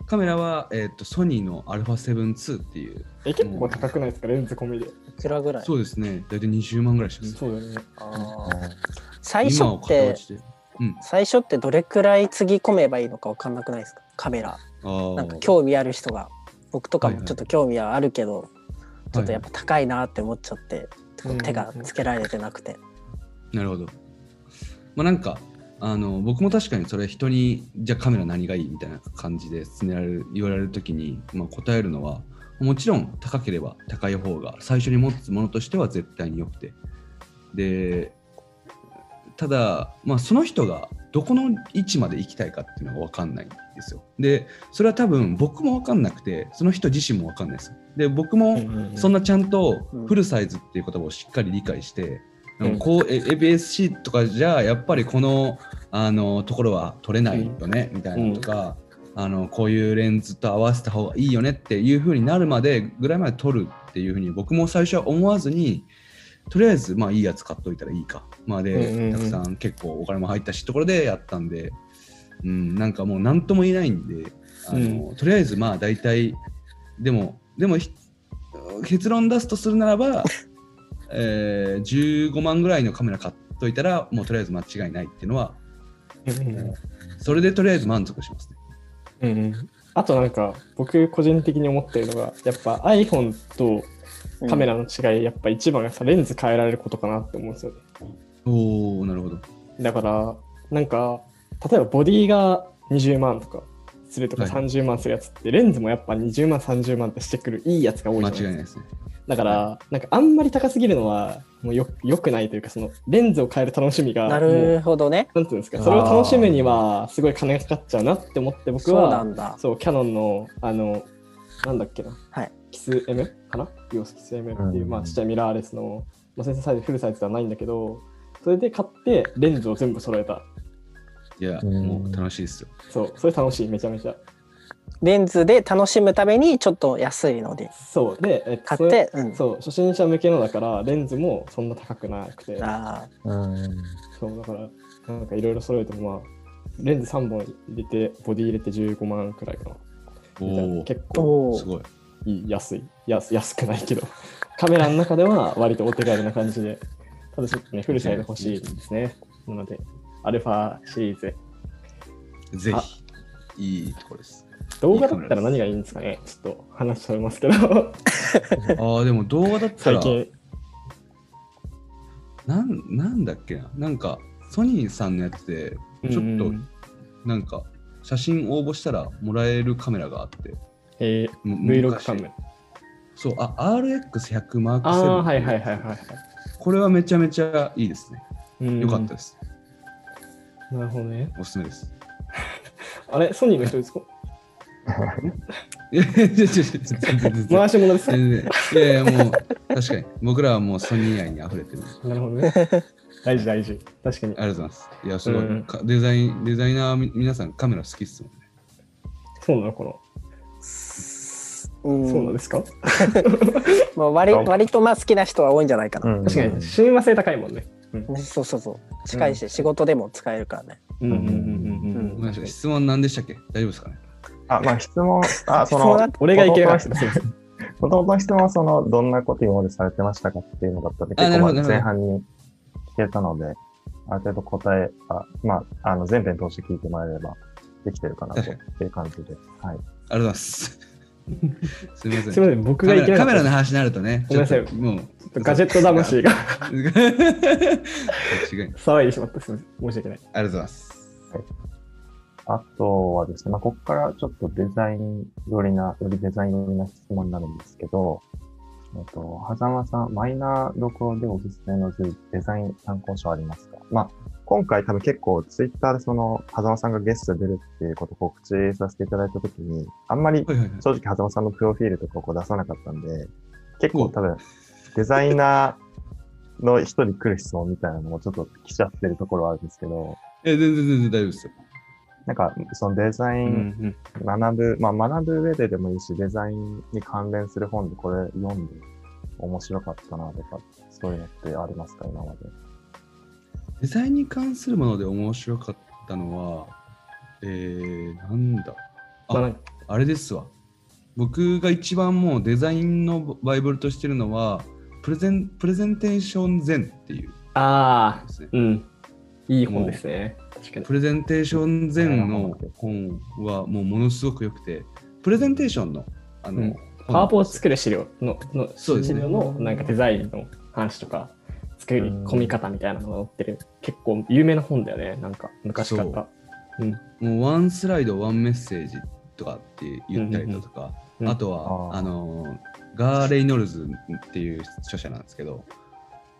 カメラは、えっとソニーの α7-2っていう、え、結構高くないですか、レンズ込みで。いくらぐらいそうですね、大体20万ぐらいします。そうだよね。あーあ最初今をっ片て落ちでうん、最初ってどれくらいつぎ込めばいいのかわかんなくないですかカメラあーなんか興味ある人が僕とかはいもはいちょっと興味はあるけど、ちょっとやっぱ高いなって思っちゃって、ちょっと手うんがうんうんつけられてなくて、なるほど。まあなんかあの僕も確かにそれ人にじゃあカメラ何がいいみたいな感じで勧められる言われる時に、まあ、答えるのはもちろん高ければ高い方が最初に持つものとしては絶対に良くてでただ、まあ、その人がどこの位置まで行きたいかっていうのが分かんないんですよでそれは多分僕も分かんなくてその人自身も分かんないですで僕も、そんなちゃんとフルサイズっていう言葉をしっかり理解して、うんなんかこうえ ABSC とかじゃやっぱりこのあのところは取れないよね、みたいなのとか、あのこういうレンズと合わせた方がいいよねっていう風になるまでぐらいまで取るっていう風に僕も最初は思わずにとりあえずまあいいやつ買っといたらいいかまあで、うんうんうんたくさん結構お金も入ったしところでやったんで、うん、なんかもう何とも言えないんであの、とりあえずまあ大体でもでもひ結論出すとするな らば、えー15万ぐらいのカメラ買っといたらもうとりあえず間違いないっていうのはそれでとりあえず満足しますね。あとなんか僕個人的に思ってるのがやっぱ iPhone とカメラの違い、やっぱ一番がさレンズ変えられることかなって思うんですよねおおなるほど。だからなんか例えばボディが20万とかするとかはい30万するやつって、レンズもやっぱ20万30万ってしてくるいいやつが多いじ間ゃない違いでないすかですね。だからなんかあんまり高すぎるのはもうよよくないというかそのレンズを変える楽しみがなもうるほどねなんていうんですかそれを楽しむにはすごい金がかかっちゃうなって思って僕そうはなんだそう、キャノンの、あの、なんだっけな、はいキス M かなビオスキス M っていう、うんまあ、ちっちゃいミラーレスの、まあ、先生サイズフルサイズではないんだけど、それで買ってレンズを全部揃えた。いや、うんもう楽しいですよ。そう、それ楽しい、めちゃめちゃ。レンズで楽しむためにちょっと安いのでそう、で、えっと買そっれて、うん、そう、初心者向けのだから、レンズもそんな高くなくて、あうん。そう、だから、なんかいろいろ揃えても、まあ、レンズ3本入れて、ボディ入れて15万くらいかな。みたいなお結ー構おお、すーごい。いい安い安安くないけどカメラの中では割とお手軽な感じでただちょっとねフルサイズ欲しいですねなのでアルファシリーズぜあひ、いいところです。動画だったら何がいいんですかねちょっと話しとれますけどああ、でも動画だった最ら、近なんなんだっけな、なんか、ソニーさんのやつで、ちょっとうんなんか、写真応募したらもらえるカメラがあって、えーむ Vlog 昔カメそう、あ、RX100 マークああー7。はいはいはいはい、はこれはめちゃめちゃいいですね。い、よかったです。たなるほどねおすすめです。あれソニーの人ですかいやいやいやいやいや全然全然回し物 ですか全然いやいやもう、確かに。僕らはもうソニー愛に溢れてる。なるほどね大事大事確かにありがとうございます。いや、すごうんい。かデザイン、デザイナーみ、皆さんカメラ好きっすもんね。そうなのかな、うんそうなんですかまあ、割割とまあ好きな人は多いんじゃないかな、うん確かに親和性高いもんねねそうそうそう近いし、仕事でも使えるからねうんうんうんうんごうめんんなさい。質問何でしたっけ大丈夫ですかねあ、まあ質問、あ、そ質問のだっ、俺がいけなかったもともとの質問はその、どんなこと今までされてましたかっていうのだったんで、あ結構まあなるほど前半に聞けたので、ある程度答え、あまあ、あの、前編通して聞いてもらえればできてるかなという感じで。はい。ありがとうござい ます。すみません。すみません、僕カがいメけラなかっカたメラの話になるとね、ごめんなさいちょっともう、ちょっとガジェット魂が 違い騒いでしまった。すみません。申し訳ない。ありがとうございます。あとはですね、まあ、ここからちょっとデザイン寄りな、よりデザイン寄りな質問になるんですけど、えっと、狭間さん、マイナーどころでおすすめのデザイン参考書ありますかまあ、今回多分結構ツイッターでその、狭間さんがゲストで出るっていうことを告知させていただいたときに、あんまりはいはいはい。正直、狭間さんのプロフィールとかをこう出さなかったんで、結う構ん多分、デザイナーの人に来る質問みたいなのもちょっと来ちゃってるところはあるんですけど、え、全然全然大丈夫ですよ。なんか、そのデザイうンん学ぶ、まあ学ぶ上ででもいいし、デザインに関連する本でこれ読んで面白かったなとか、そういうのってありますか、今まで。デザインに関するもので面白かったのは、えー、なんだあ、まあなんかあれですわ。僕が一番もうデザインのバイブルとしてるのは、プレゼンプレゼンテーション前っていうあですねあ、うん。いい本ですね。確かに。プレゼンテーション前の本はもうものすごく良くて、プレゼンテーションの、あの、うん本パワーポを作る資料の、の、そうです資ね料のなんかデザインの話とか、作り込み方みたいなのが載ってる。結構有名な本だよね。なんか昔から。そううん。もうワンスライド、ワンメッセージとかって言ったりだとうか、んうんうんうんあとは、あーあの、ガー・レイノルズっていう著者なんですけど、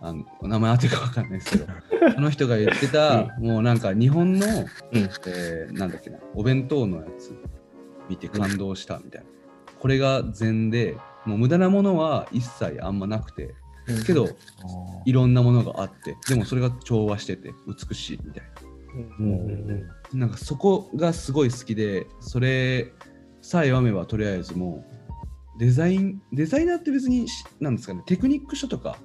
あのお名前当てかわかんないです けど、あの人が言ってた、もうなんか日本の、うんえーなんだっけな、お弁当のやつ見て感動したみたいな。これが善で、もう無駄なものは一切あんまなくて、けど、いろんなものがあって、でもそれが調和してて美しいみたいな。うんうんなんかそこがすごい好きでそれさえ読めばとりあえずもうデザインデザイナーって別にしなんですかねテクニック書とか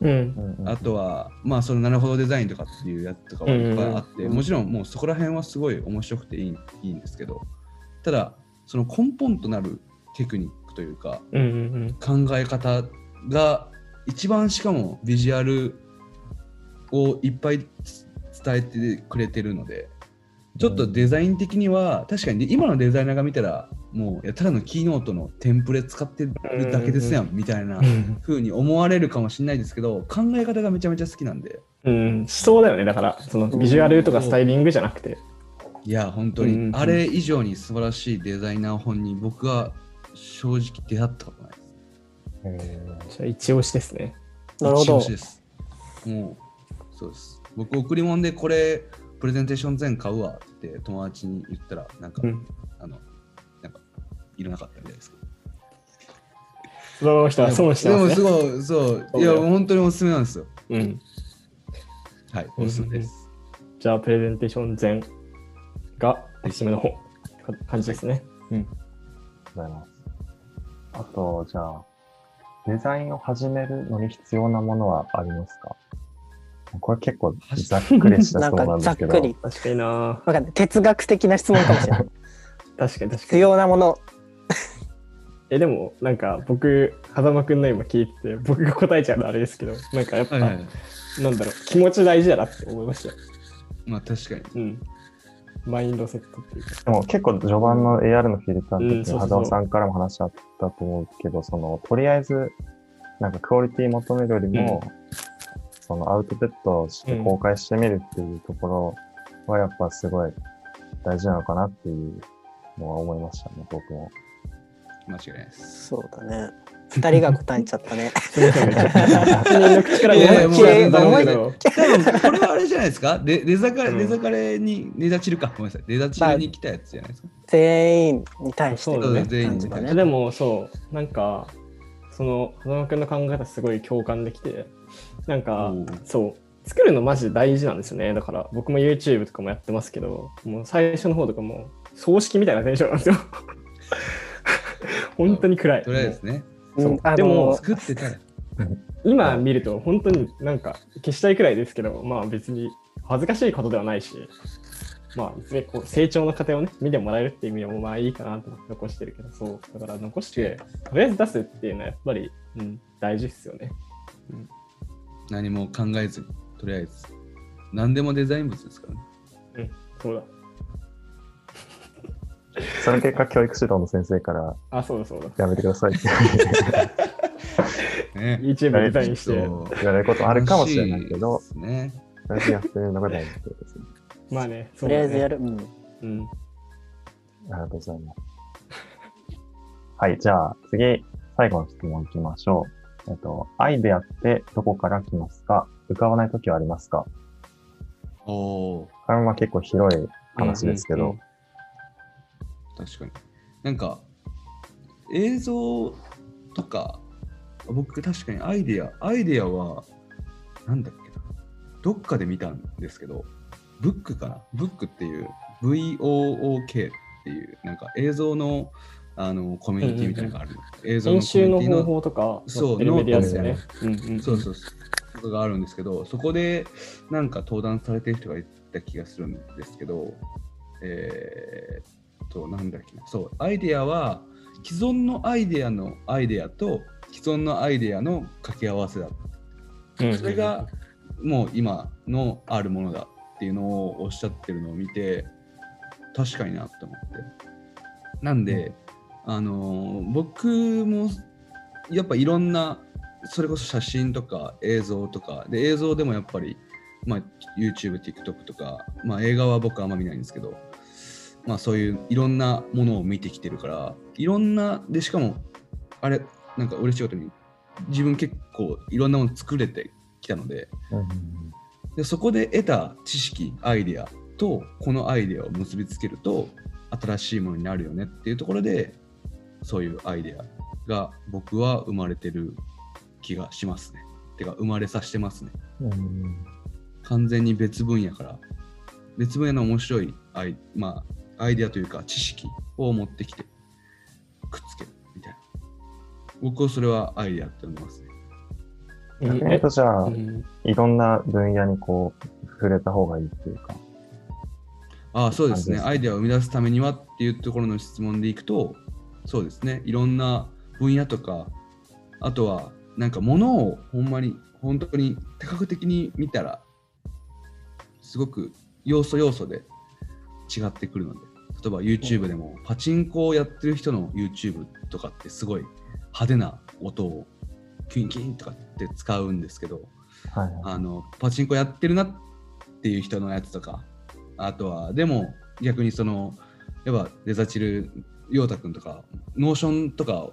うん。うんうんうんあとはまあそのなるほどデザインとかっていうやつとかはいっぱいあってうんもちろんもうそこら辺はすごい面白くていいいいんですけどただその根本となるテクニックというかうんうん考え方が一番しかもビジュアルをいっぱい伝えてくれてるのでちょっとデザイン的には確かにね今のデザイナーが見たらもういやただのキーノートのテンプレ使ってるだけですやんみたいなうん風に思われるかもしれないですけど考え方がめちゃめちゃ好きなんでうん、思想だよね、だから、そのビジュアルとかスタイリングじゃなくて、いや本当うんうんうにんあれ以上に素晴らしいデザイナー本に僕は正直出会ったことないです。えーじゃあ一押しですね。なるほ一ど押しですもう、そうです。僕、贈り物でこれ、プレゼンテーション全買うわって友達に言ったら、なんか、うん。あの、なんか、いらなかったみたいですけど。その人は損してでまもすでね。もすごい、そう。そういだや、よもう本当におすすめなんですよ。うん、はい、おすすめです。じゃあ、プレゼンテーション前がおすすめの本って感じですね。ございます。あと、じゃあ、デザインを始めるのに必要なものはありますかこれ結構ざっくりしたな質問んなかんでざすっけど。くり。確かになわかんない。哲学的な質問かもしれない。確かに確か必に。要なもの。え、でも、なんか僕、風間くんの今聞いてて、僕が答えちゃうのあれですけど、なんかやっぱ、はいはいはい。なんだろう、気持ち大事だなって思いましたよ。まあ確かに。うん。マインドセットっていうか。でも結構序盤の AR のフィルターうのん時そうそうそに、う肌尾さんからも話あったと思うけど、その、とりあえず、なんかクオリティ求めるよりも、そのアウトプットして公開してみるっていうところはやっぱすごい大事なのかなっていうのは思いましたね、僕も。間違いないです。そうだね。二人が答えちゃったね。すみません、本人の口からいごやめんいやもうきれいだろうけど。多分これはあれじゃないですかレレザカレ、うんレザカレに、レザチルか。ごめんなさい。レザチルに来たやつじゃないですか。全員に対してそうだね全員に対して感じだ いやでもそうなんかその風間君の考え方すごい共感できてなんかうんそう作るのマジで大事なんですよねだから僕も YouTube とかもやってますけどもう最初の方とかもう葬式みたいなテンションなんですよ 本当に暗いとりあえずね、うんあのでも作ってたら。今見ると本当になんか消したいくらいですけどまあ別に恥ずかしいことではないしまあ別にこう成長の過程をね見てもらえるっていう意味でもまあいいかなと思って残してるけどそうだから残してとりあえず出すっていうのはやっぱり、うん、大事ですよね何も考えずに、とりあえず。何でもデザイン物ですからね。そうだその結果、教育指導の先生からあそうだそうだやめてくださいってね YouTube デザインしてそう言われることもあるかもしれないけ ど楽、しいですね。とりあえずやってみるのが大事ってことですね。まあねそとうりだあねえずやる。うんうんありがとうございます。はい、じゃあ次、最後の質問いきましょう。えっと、アイデアってどこから来ますか浮かばないときはありますかおおこれもまあ結構広い話ですけど、うんうんー、確かに。なんか、映像とか、僕確かにアイデア、アイデアは、なんだっけな。どっかで見たんですけど、ブックかな。ブックっていう、VOOK っていう、なんか映像の、あのコミュニティみたいなのがある、映像編のコミ集ュのニティ方法とかそ載っうてるメディアですよねんんそうそうそう。とかがあるんですけど、そこでなんか登壇されてる人がいた気がするんですけど、えーっと、なんだっけな、そう、アイデアは既存のアイデアのアイデアと既存のアイデアの掛け合わせだ。うんそれがもう今のあるものだっていうのをおっしゃってるのを見て、確かになと思って。なんで、あのー僕もやっぱいろんなそれこそ写真とか映像とかで映像でもやっぱり、まあ、YouTube、TikTok とか、まあ、映画は僕あんま見ないんですけど、まあ、そういういろんなものを見てきてるからいろんなでしかもあれなんか嬉しいことに自分結構いろんなもの作れてきたのでうんでそこで得た知識アイデアとこのアイデアを結びつけると新しいものになるよねっていうところでそういうアイデアが僕は生まれてる気がしますね。てか生まれさせてますね。うんうん完全に別分野から別分野の面白いアイ,、まあ、アイデアというか知識を持ってきてくっつけるみたいな。僕はそれはアイデアって思いますね。うん逆に言うとじゃあ、うんいろんな分野にこう、触れた方がいいっていうか。ああそうですね感アイデアを生み出すためにはっていうところの質問でいくとそうですねいろんな分野とかあとはなんか物をほんまに本当に多角的に見たらすごく要素要素で違ってくるので例えば YouTube でもパチンコをやってる人の YouTube とかってすごい派手な音をキュンキュンとかって使うんですけどはいはい。あのパチンコやってるなっていう人のやつとかあとはでも逆にそのやっぱデザチル陽太くんとかノーションとかを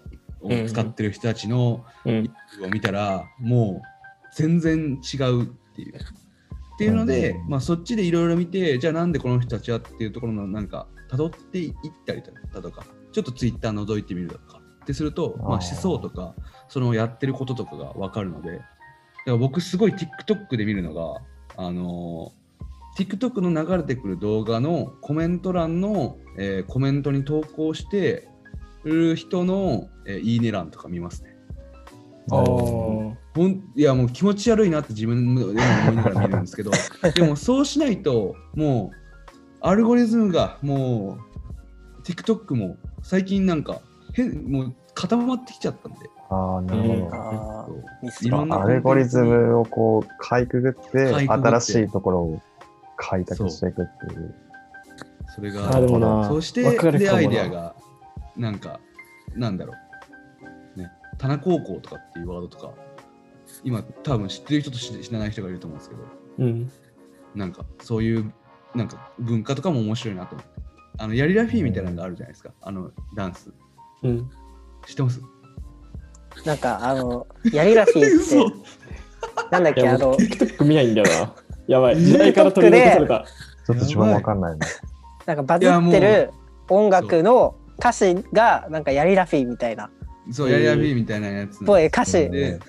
使ってる人たちのうんを見たらもう全然違うっていう。っていうので、うんまあ、そっちでいろいろ見てじゃあなんでこの人たちはっていうところのなんか辿っていったりだとかちょっとツイッター覗いてみるだとかってすると、まああ、思ー想とかそのやってることとかが分かるのでだから僕すごい TikTok で見るのがあのー TikTok の流れてくる動画のコメント欄の、えーコメントに投稿してる人の、えーいいね欄とか見ますね。ああほんいやもう気持ち悪いなって自分でも思いながら見るんです けどでもそうしないともうアルゴリズムがもう TikTok も最近なんか変もう固まってきちゃったんでああ、なるほど。あーミスいろんなアルゴリズムをこう、かいくぐって、かいくぐって新しいところを開拓していくっていう。それなるがほどな。そうしわかてるでかもアなイデアがなんかなんだろうね棚高校とかっていうワードとか今多分知ってる人と知知らない人がいると思うんですけどうん。なんかそういうなんか文化とかも面白いなと思って。あのヤリラフィーみたいなのがあるじゃないですか、あのダンス。うん。知ってますなんかあのヤリラフィーっ 嘘てなんだっいけや、あの僕 TikTok 見ないんだよな。やばい。時代から取り残された。ちょっと自分もわかんないな。なんかバズってる音楽の歌詞がなんかヤリラフィーみたいなそう、ヤリラフィーみたいなやつなんです。ぽい歌詞入で、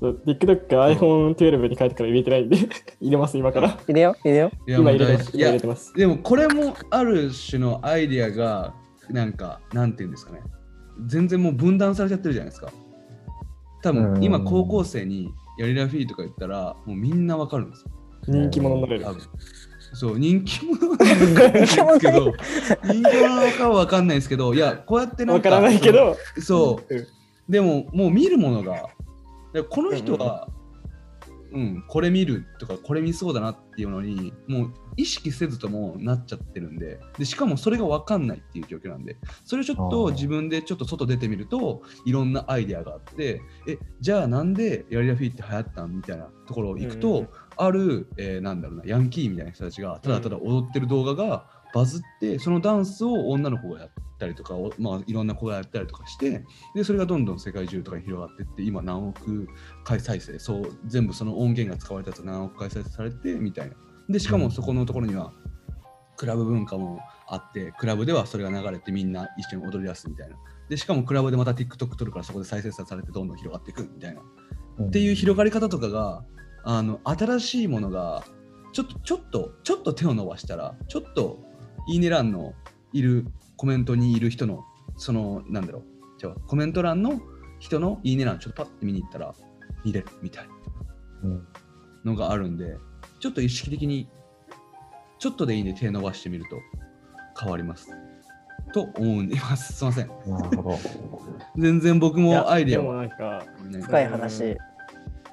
そう TikTok が iPhone12 に変えてから入れてないんで、入れます、今から。れよ入れよいや今入れてまもす。今入う大いれやて、ます。でもこれもある種のアイディアが、なんか、なんていうんですかね。全然もう分断されちゃってるじゃないですか。多うん分今、高校生にヤリラフィーとか言ったら、もうみんなわかるんですよ。人気者になれる多。分そう、人気者なんですけど、 人気者かはわかんないですけど、いや、こうやってなんわか、からないけど、そう、うんでももう見るものがだからこの人は、うんこれ見るとかこれ見そうだなっていうのにもう意識せずともなっちゃってるんででしかもそれが分かんないっていう状況なんでそれをちょっあとー自分でちょっと外出てみるといろんなアイデアがあってえじゃあなんでヤリラフィーって流行ったんみたいなところを行くと、うんある、えーなんだろうなヤンキーみたいな人たちがただただ踊ってる動画がバズってそのダンスを女の子がやったりとか、おまあ、いろんな子がやったりとかしてでそれがどんどん世界中とかに広がってって今何億回再生そう全部その音源が使われたやつが何億回再生されてみたいなでしかもそこのところにはクラブ文化もあってクラブではそれが流れてみんな一緒に踊り出すみたいなでしかもクラブでまた TikTok 撮るからそこで再生されてどんどん広がっていくみたいなっていう広がり方とかがあの新しいものがちょっとちょっとちょっと手を伸ばしたらちょっといいね欄のいるコメントにいる人のそのなんだろうじゃあコメント欄の人のいいね欄ちょっとパッて見に行ったら見れるみたいなうんのがあるんでちょっと意識的にちょっとでいいんで手伸ばしてみると変わりますと思いますすいませんなるほど。全然僕いもやアイデでィアもはなんか、ね深い話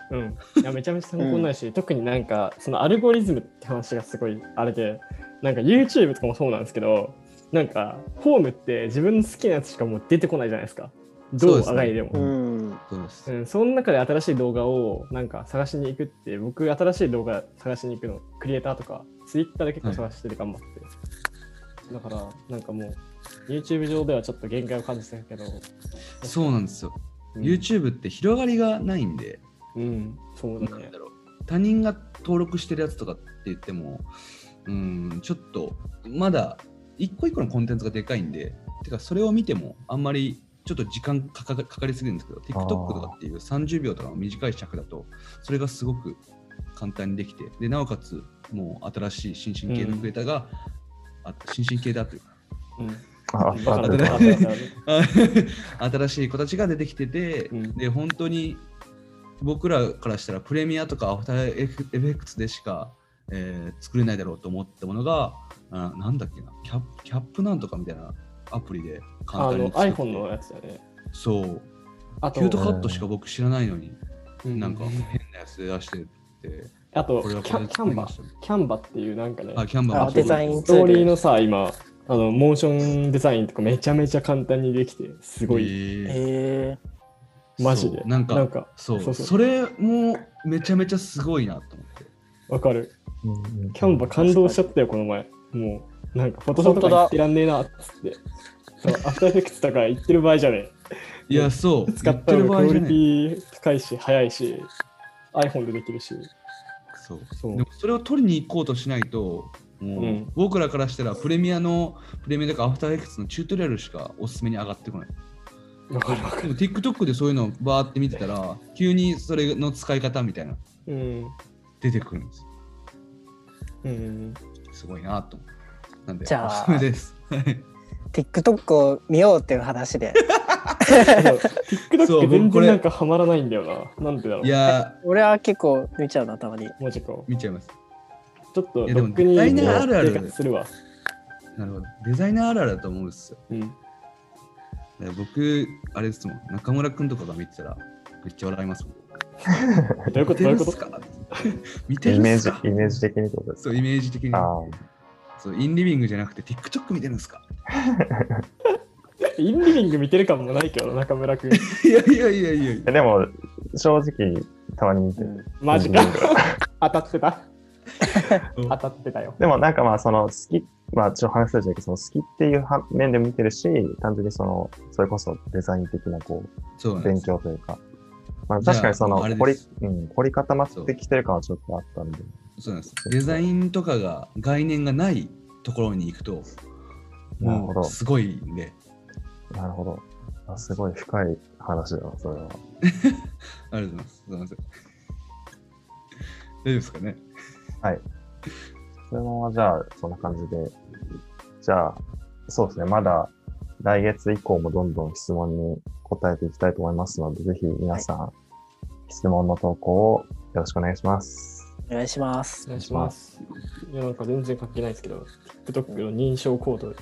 うん。いや、めちゃめちゃ参考になるし、特になんか、そのアルゴリズムって話がすごいあれで、なんか YouTube とかもそうなんですけど、なんか、ホームって自分の好きなやつしかもう出てこないじゃないですか。どそうでうすねあがいでも。うんそうですうん、その中で新しい動画をなんか探しに行くって僕新しい動画探しに行くのクリエイターとかツイッターで結構探してて頑張って、だからなんかもう YouTube 上ではちょっと限界を感じてるけど、そうなんですようん、 YouTube って広がりがないんで、うんそうなだねんだろう他人が登録してるやつとかって言ってもうんちょっとまだ一個一個のコンテンツがでかいんでてかそれを見てもあんまりちょっと時間かかかかりすぎるんですけど TikTok とかっていう30秒とかの短い尺だとそれがすごく簡単にできてでなおかつもう新しい新進系のクリエイターが、あ新進系だというかうんあ、あだったからだかあったらだからあ 新しい子たちが出てきてて、うんで本当に僕らからしたらプレミアとかアフターエフェクツでしか、えー作れないだろうと思ったものがあなんだっけなキャップキャップなんとかみたいなアプリで簡あ単にの作って iPhone のやつだねそうあキとュートカットしか僕知らないのに、うんなんか変なやつで出してってあとこれはこキれャでキャ作りンバましたみたいキャンバっていうなんかねなあキャンバーあもそうデザインストーリーのさ今あのモーションデザインとかめちゃめちゃ簡単にできてすごい、えーえマジでそうなんかなんかそうそうそうそれもめちゃめちゃすごいなと思ってわかるうんうんキャンバ感動しちゃったよ、この前。もう、なんか、フォトショーと本当かだ言ってらんねえな、っつって。そう、アフターエフェクツとか言ってる場合じゃねいや、そう。え。使った言らクオリなテい。ィ高いし、早いし、iPhone でできるし。そう。そうで。もそれを取りに行こうとしないと、もううん僕らからしたらプレミアの、プレミアとかアフターエフェクツのチュートリアルしかおすすめに上がってこない。わかるわかでも TikTok でそういうのをバーって見てたら、急にそれの使い方みたいなのる。うん。出てくるんですよ。うん。すごいなと思って。なんで、じゃあおすすめです。はい。 TikTok を見ようっていう話ででも TikTok そう僕全こ然れなんかハマらないんだよな。なんでだろうい。や俺は結構見ちゃうなたまにマジか。ちー、見ちゃいます。ょっといやでロもックにデザイナーあるあこるう生活するわ。なるほど。デザイナーあるあるだと思うんですよ。うん。だから僕、あれですもん、中村くんとかが見てたら、めっちゃ笑いますもん。どういうこと見てどういうるっこすとか見てイるメっーすジか、イメージ的にってことですそう、イメージ的にか。。あそう、インリビングじゃなくて TikTok 見てるんですか インリビング見てる感もないけど、中村くん。いやいやいやいやいあ。でも、正直、たまに見てる。マジか。当たってた当たってたよ。でもなんかまあその好き、まあちょっと話すじゃないけど、その好きっていう反面でも見てるし、単純にその、それこそデザイン的なこそうなうんで勉す。強というか、まあじゃあ確かにそのもうあれで凝りす、うん、凝り固まってきてる感はちょっとあったんで、そうなんです。デザインとかが概念がないところに行くと、なるほもどう、すごいんで、なるほど。あすごい深い話だな、それは。ありがとうございます。すみません。大丈夫ですかねそれはじゃあそんな感じで、じゃあ、そうですね、まだ来月以降もどんどん質問に答えていきたいと思いますので、ぜひ皆さん、質問の投稿をよろしくお願いします。お願いしますお願いします。いや、なんか全然関係ないですけど、TikTok の認証コード、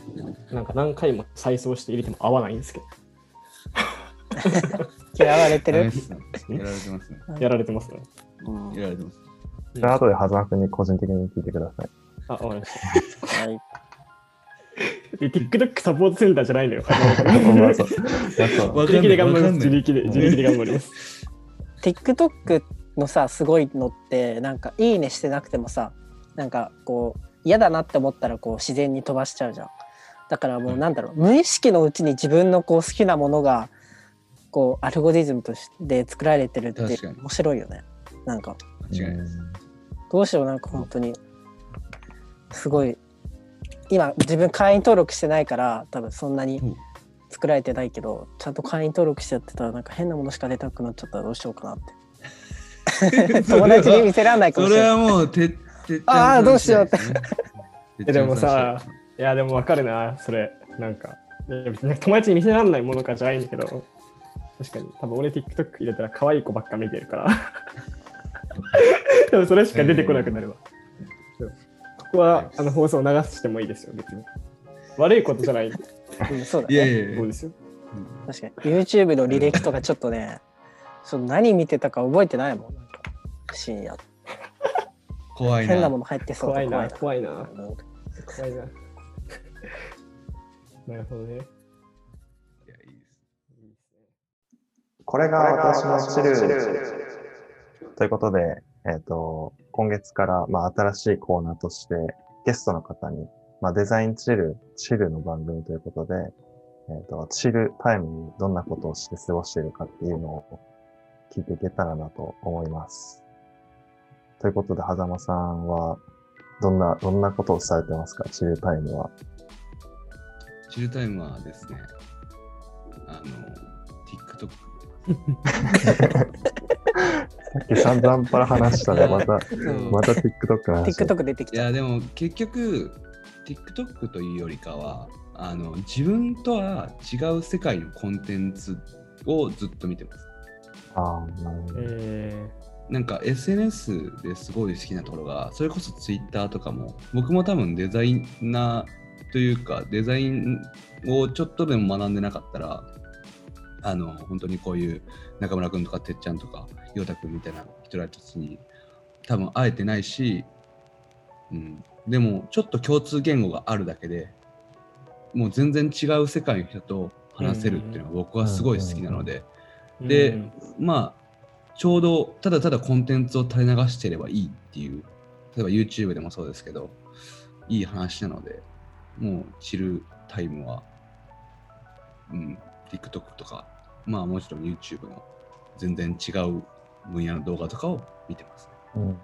なんか何回も再送して入れても合わないんですけど、嫌われてダメるっ、すねやられてますね。やられてますね。うんやられてます。それは後で狭間君に個人的に聞いてくださ い。あ、わかりました。はいで TikTok サポートセンターじゃないのよ。 まあ そうやっとわ自か力んなでいわ頑張かります。んな自い。力で、自力で頑張ります。 TikTok のさすごいのってなんか「いいね」してなくてもさなんかこう嫌だなって思ったらこう自然に飛ばしちゃうじゃんだからもうなんだろう無意識のうちに自分のこう好きなものがこうアルゴリズムとして作られてるって確かに面白いよねなんか間違いない。どうしようなんか本当にすごい今自分会員登録してないから多分そんなにうん作られてないけどちゃんと会員登録しちゃってたらなんか変なものしか出たくなっちゃったらどうしようかなってそ れは友達に見せられないかもそしれれないはもう、て、てっちゃんあーどうしようってさん次第えすね。でもさてっちゃんん次第、いや、でもわかるな、それ。なんか、いや別になんか友達に見せられないものかじゃないんだけど、確かに、多分俺 TikTok 入れたら可愛い子ばっか見てるから。 でもそれしか出てこなくなるわ。そうここはあの放送を流してもいいですよ、別に。悪いことじゃない。そうんそうだいやねいやいうやです よ。確かに YouTube の履歴とかちょっとねその何見てたか覚えてないもんなんか深夜怖い変ななも。の入ってそう怖だいな、怖いな、怖いな怖いな。 なるほどね。いやいいですこれが私のチル。ということで、えっ、と、今月から、まあ、新しいコーナーとして、ゲストの方に、まあ、デザインチル、チルの番組ということで、えっ、と、チルタイムにどんなことをして過ごしているかっていうのを聞いていけたらなと思います。ということで、狭間さんは、どんな、どんなことをされてますかチルタイムは。チルタイムはですね、あの、TikTok。さっき散々パラ話した ね。また、そうまた TikTok の話。 TikTok 出てきいちゃやうでも結局 TikTok というよりかはあの自分とは違う世界のコンテンツをずっと見てますああ、なるほど。えなんか SNS ですごい好きなところがそれこそ Twitter とかも僕も多分デザイナーというかデザインをちょっとでも学んでなかったらあの本当にこういう中村君とかてっちゃんとか陽太君みたいな人たちに多分会えてないし、うん、でもちょっと共通言語があるだけでもう全然違う世界の人と話せるっていうのは僕はすごい好きなので、ーでうんまあちょうどただただコンテンツを垂れ流してればいいっていう例えば YouTube でもそうですけどいい話なのでもうチルタイムは、うん、TikTok とかまあもちろん YouTube の全然違う分野の動画とかを見てます、うん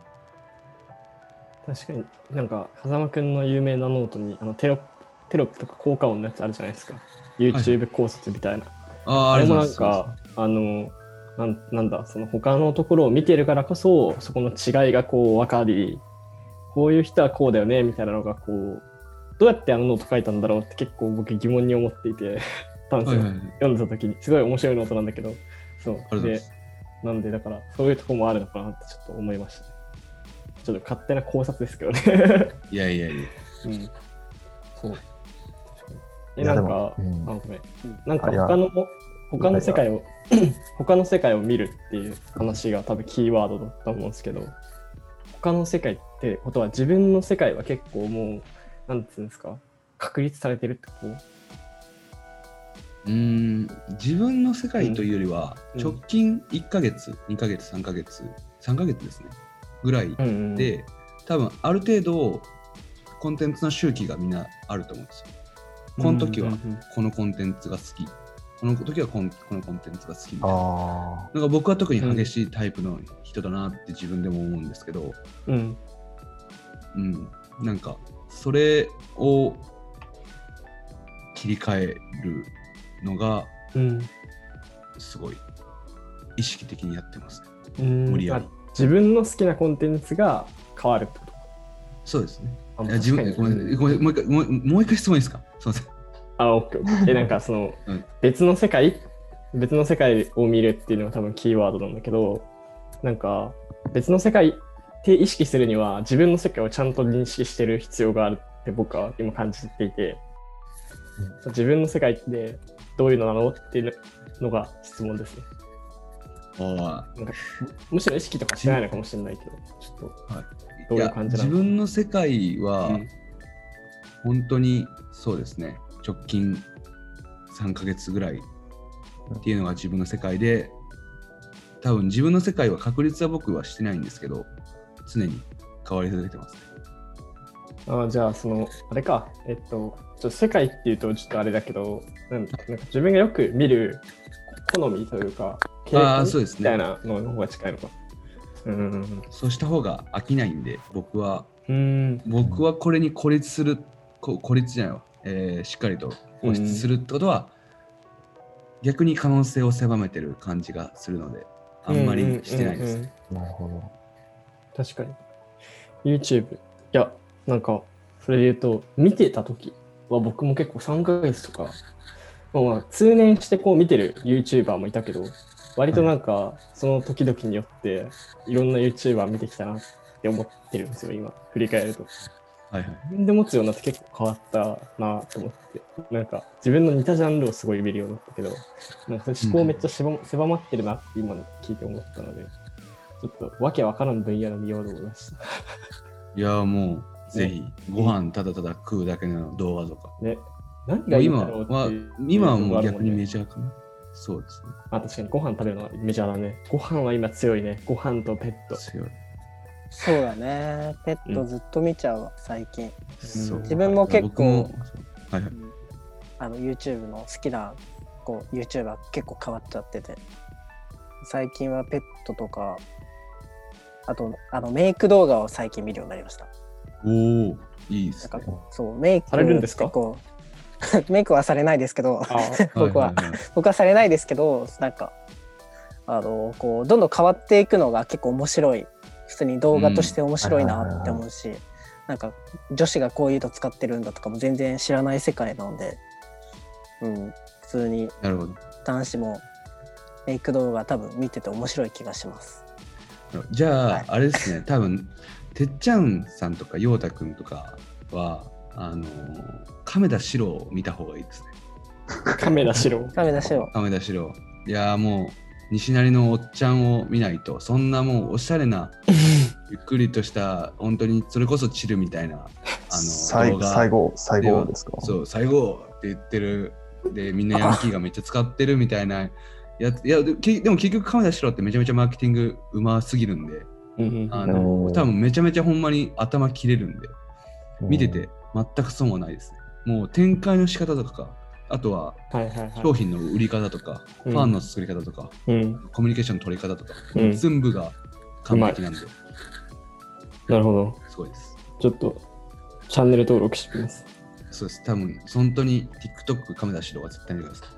確かになんか風間くんの有名なノートにあのテロップテロップとか効果音のやつあるじゃないですか YouTube 考察みたいな、あーああれりもがなとんうございますか、あの、なんなんだ、その他のところを見てるからこそ、そこの違いがこう分かり、こういう人はこうだよね、みたいなのがこう、どうやってあのノート書いたんだろうって結構僕疑問に思っていて、 たんですはいよ。はいはい読んだ時に、すごい面白いノートなんだけど、そありがとう。うございま、ですなんでだから、そういうとこもあるのかなってちょっと思いましたね。ちょっと勝手な考察ですけ どね。いやいやいやうん。そう。え、いやなでんかも、うんあごめんなんかあいや他の他の世界を 他の世界を見るっていう話が多分キーワードだと思うんですけど他の世界ってことは自分の世界は結構もうなんていうんですか確立されてるってこうーん自分の世界というよりは、うん直近1ヶ月2ヶ月3ヶ月3ヶ月ですねぐらいと、うんうん、で、多分ある程度コンテンツの周期がみんなあると思うんですよこの時はうんうんこのコンテンツが好きこの時はこんこのコンテンツが好きみたいなあなんか僕は特に激しいタイプの人だなって自分でも思うんですけど、うんうんうん、なんかそれを切り替えるのがうんすごい意識的にやってます、ね、うん無理やりあ自分の好きなコンテンツが変わるってことそうですねあいや自分確ごかめにんごめんもう一回もうもう一回質問いいですかすいませんあ、オッケーオッケー。え、なんかその、 うん別の世界別の世界を見るっていうのが多分キーワードなんだけど、なんか別の世界って意識するには自分の世界をちゃんと認識してる必要があるって僕は今感じていて、自分の世界ってどういうのなのっていうのが質問ですね。あなんかむしろ意識とかしてないのかもしれないけど、ちょっと。ーどういう感じなのや自分の世界は、うん本当にそうですね直近3ヶ月ぐらいっていうのが自分の世界で多分自分の世界は確率は僕はしてないんですけど常に変わり続けてますあじゃあそのあれかえっとちょっと世界っていうとちょっとあれだけどなんなんか自分がよく見る好みというか傾あー向そうですねみたいなのの方が近いのかうんうんそうした方が飽きないんで僕はうんうん僕はこれに孤立するこ孤立じゃないわ、えーしっかりと固執するってことは、逆に可能性を狭めてる感じがするのであんまりしてないです、うんうんうんうんあ、なるほど。確かに YouTube いやなんかそれで言うと見てた時は僕も結構3ヶ月とかまあまあ通年してこう見てる YouTuber もいたけど割となんかその時々によっていろんな YouTuber 見てきたなって思ってるんですよ今振り返るとはいはい自分で持つようになって結構変わったなと思ってなんか自分の似たジャンルをすごい見るようになったけどなんかそれ思考めっちゃ狭,、狭まってるなって今の聞いて思ったのでちょっとわけわからん分野の見ようと思いましたいやーもうぜひご飯ただただ食うだけの動画とかね何もがういいんだ今ろうってはいう今はもう逆にねメジャーかなそうですねあ確かにご飯食べるのはメジャーだねご飯は今強いねご飯とペット強いそうだね。ペットずっと見ちゃうわ、最近。そう自分も結構僕もはいはいあの YouTube の好きなこう YouTuber 結構変わっちゃってて最近はペットとかあとあのメイク動画を最近見るようになりましたおおいいでなんすかねそうメイクされるんですか結構 メイクはされないですけどあ 僕は,、いいい僕はされないですけどなんかあのこうどんどん変わっていくのが結構面白い普通に動画として面白いなって思うし、なんか女子がこういうの使ってるんだとかも全然知らない世界なので、うん、普通になるほど男子もメイク動画多分見てて面白い気がします。じゃあ、はいあれですね多分てっちゃんさんとか陽太くんとかはあのー亀田史郎を見た方がいいですねカメラ白ダメだしよ亀田史郎いやーもう西成のおっちゃんを見ないとそんなもうおしゃれなゆっくりとした本当にそれこそチルみたいなあの最動後、画最後、最後ですかそう、最後って言ってる。で、みんなヤンキーがめっちゃ使ってるみたいな。やついやでけでも結局、亀田史郎ってめちゃめちゃマーケティングうますぎるんで、 うんうんあうのん多分めちゃめちゃほんまに頭切れるんで、うん見てて。全く損はないですね。もう展開の仕方とか、あとははいはいはい商品の売り方とか、うんファンの作り方とか、うんコミュニケーションの取り方とか、うん全部が完璧なんで、すなるほどごいです。ちょっとチャンネル登録してみますそうです。多分本当に TikTok 亀田史郎は絶対見てください。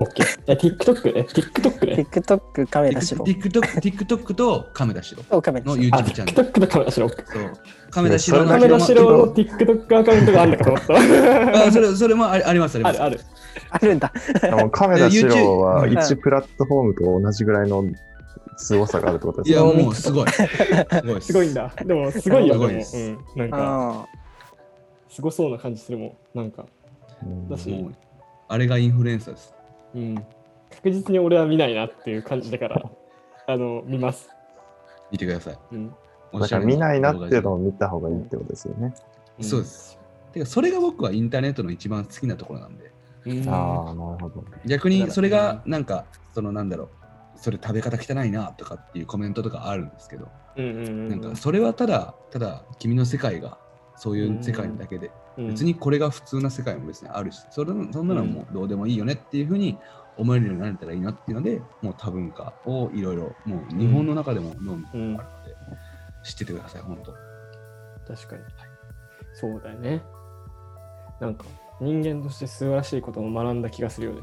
OK。え、TikTok ね。TikTok ね。 TikTok カメラしろ。 TikTok TikTok と亀田白そう、カメラのしろ。あ、 YouTube チャンネル。 TikTok のカメラしろ。そう亀田白のカメラし白ろの TikTok アカウントがあるんだかと思 った。あそれそれもありあります、ありあまする。ある。あるんだ。でも亀田史郎は YouTube 1プラットフォームと同じぐらいの凄さがあるってこといですや、ね。もうすごい。すごいっすすごいん。だ。でも、すごいよ。すでごもいですうん。なんか、あすごそうな感じするもん。なんか、うんだしもう、あれがインフルエンサーです。うん。確実に俺は見ないなっていう感じだから、あの、見ます。見てください。うん。だから見ないなっていうのを見た方がいいってことですよね。んそうです。てか、それが僕はインターネットの一番好きなところなんで、うんああ、なるほど。逆にそれがなんか、そのなんだろう、それ食べ方汚いなとかっていうコメントとかあるんですけど、うんうんうん。なんかそれはただ、ただ君の世界がそういう世界なだけで、うん別にこれが普通な世界も別にあるし、それそんなのもうどうでもいいよねっていうふうに思えるようになれたらいいなっていうので、もう多文化をいろいろ、もう日本の中でもどんどうんんあ。るので、知っててください、本当。確かに。そうだよね。なんか、人間として素晴らしいことを学んだ気がするよね。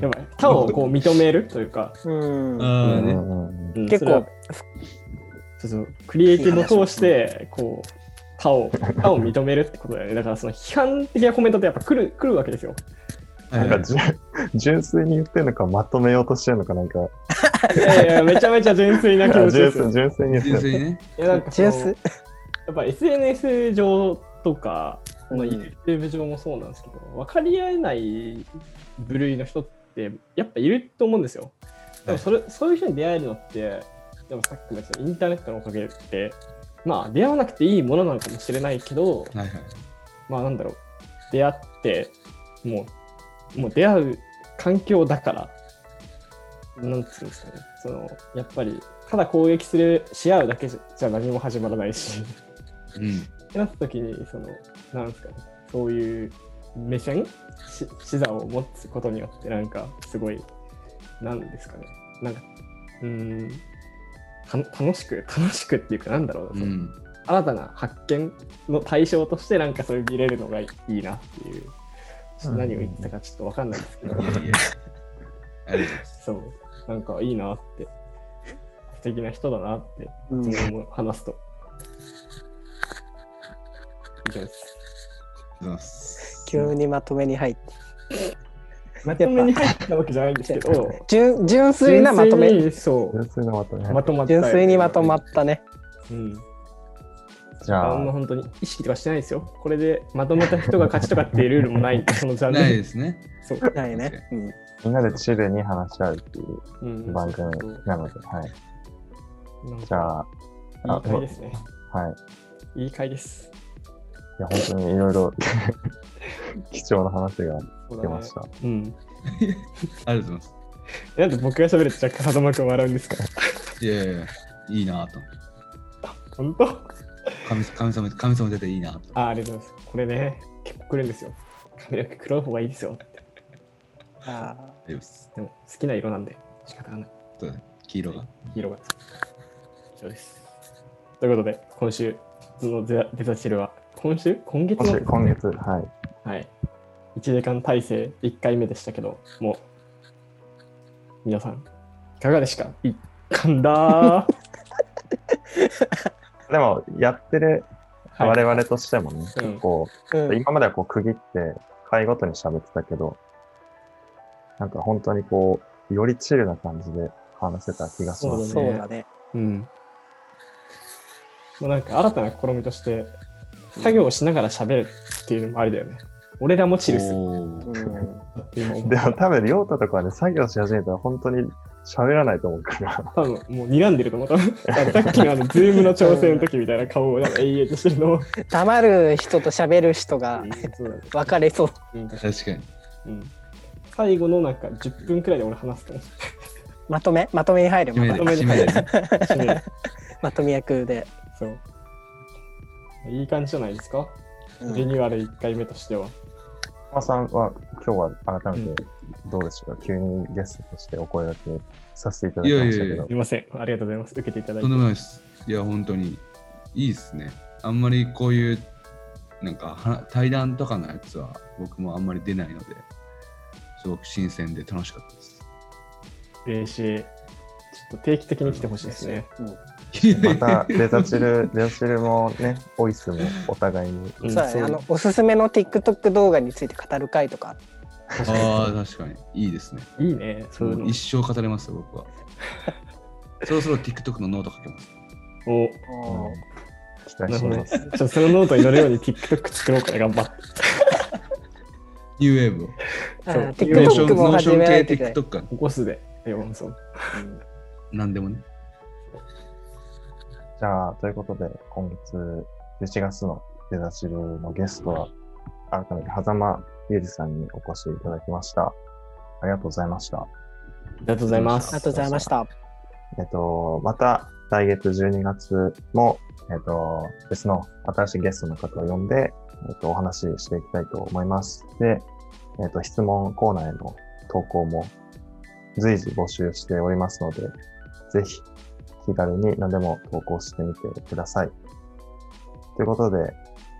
やばい。他をこう認めるというか、あ。うん。うああんうね、んうんうん結それは構、そうそうクリエイティブを通してこう他を他を認めるってことだよねだからその批判的なコメントってやっぱ来る来るわけですよなんかはいじゅ純粋に言ってるのかまとめようとしてるのかなんかいやいやめちゃめちゃ純粋な気持ち純 ですよ粋純粋に言って純る粋にね。いやなんかそチのュース。やっぱ SNS 上とか、うんまあ、YouTube 上もそうなんですけど分かり合えない部類の人ってやっぱいると思うんですよでもそれ、そういう人に出会えるのってでもさっきも言ったインターネットのおかげでまあ出会わなくていいものなのかもしれないけど、はいはい。まあなんだろう、出会って、もう、もう出会う環境だから、なんつうんですかね、その、やっぱり、ただ攻撃する、し合うだけじゃじゃ何も始まらないし、うん。ってなった時に、その、なんですかね、そういう目線し視座を持つことによって、なんか、すごい、なんですかね、なんか、うーん、た楽しく、楽しくっていうか、なんだろうな、うそのん。新たな発見の対象としてなんかそういう見れるのがいいなっていうちょっと何を言ってたかちょっと分かんないですけど、いやいや。ありがとうございます。そうなんかいいなって素敵な人だなってうん自分も話すと以上ですありがとうございます急にまとめに入って。まとめに入ったわけじゃないんですけど純 純粋なまと純め。粋にそう純粋なまとめまとまったよ純ね粋にまとまったね。うんじゃあんまあ本当に意識とかしてないですよこれでまとめた人が勝ちとかっていうルールも ないんでそのジャンルないですね。そうないね。うん。みんなでチルに話し合うっていううん番組そうそうなので、はい、そうなんじかゃいいあ回ですね。はいいい回です。いや本当にいろいろ 貴重な話が出ました、うん。ありがとうございなんで僕が喋ると若干風間くん笑うんですかます。いやいやいや、いいなぁと。本当神神様、神様出ていいなぁと。あありがとうございます。これね、結構来るんですよ。髪の毛黒い方がいいですよ。あーありがとうございます。でも好きな色なんで仕方がない。そうだね黄色が。色が。以上です。ということで、今週のデザデザチルは、今週今月今の週今月はいはい。1時間体制1回目でしたけど、もう、皆さん、いかがでしたいかんだ ーでもやってるはい我々としてもね、結構、うん。今まではこう区切って回ごとに喋ってたけどなんか本当にこうよりチルな感じで話せた気がします今そうだね。うん。まあ、なんか新たな試みとして、作業をしながら喋るっていうのもありだよね。俺らもチルするおーうん。っていうのでも、も多分、りょうたとかはね、作業し始めたら本当に喋らないと思うから。多分もう睨んでると思う。多分さっきのあの、ズームの調整の時みたいな顔をなんか永遠としてるのを。黙る人と喋る人がそうだね分かれそう。うん確かに。うん最後のなんか10分くらいで俺話すと思まとめまとめに入る決めまで、とまとめ決めで。う締める。まとめ役で。そう。いい感じじゃないですか、うんリニューアル1回目としては。馬さんは今日は改めてどうでしたか、急にゲストとしてお声掛けさせていただきましたいやけいやどす。いません。ありがとうございます。受けていただいてとんで。もないです。いや、本当に。いいですね。あんまりこういう、なんかは対談とかのやつは僕もあんまり出ないので、すごく新鮮で楽しかったです。嬉しい。ちょっと定期的に来てほしいですね。また、デザ チル、デザチルもね、オイスもお互いに。うんそうだね、あのおすすめの TikTok 動画について語る回とかああ、確かに。いいですね。いいね、そういうのもう。一生語れますよ、僕は。そろそろ TikTok のノート書けます。おうん期待なるしてほどね。ます。ちょっとそのノートに乗るように TikTok 作ろうから頑張って。ニューウェーブを。あそうーノーション TikTok もノーシ始ョめないンとい系けない TikTok か。起こすで、レオンソン。なんでもね。じゃあ、ということで、今月11月のデザチルのゲストは、改めて、狭間ゆうじさんにお越しいただきました。ありがとうございました。ありがとうございまあすりが。とうございましたえっと、また来月12月も、えっと、別の新しいゲストの方を呼んで、えっと、お話ししていきたいと思います。で、えっと、質問コーナーへの投稿も随時募集しておりますので、ぜひ気軽に何でも投稿してみてください。ということで、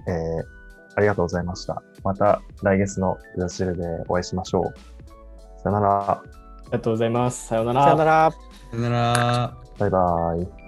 えーありがとうございました。また来月のブラジルでお会いしましょう。さよなら。ありがとうございます。さようなさよらな。らさよなら。バイバイ。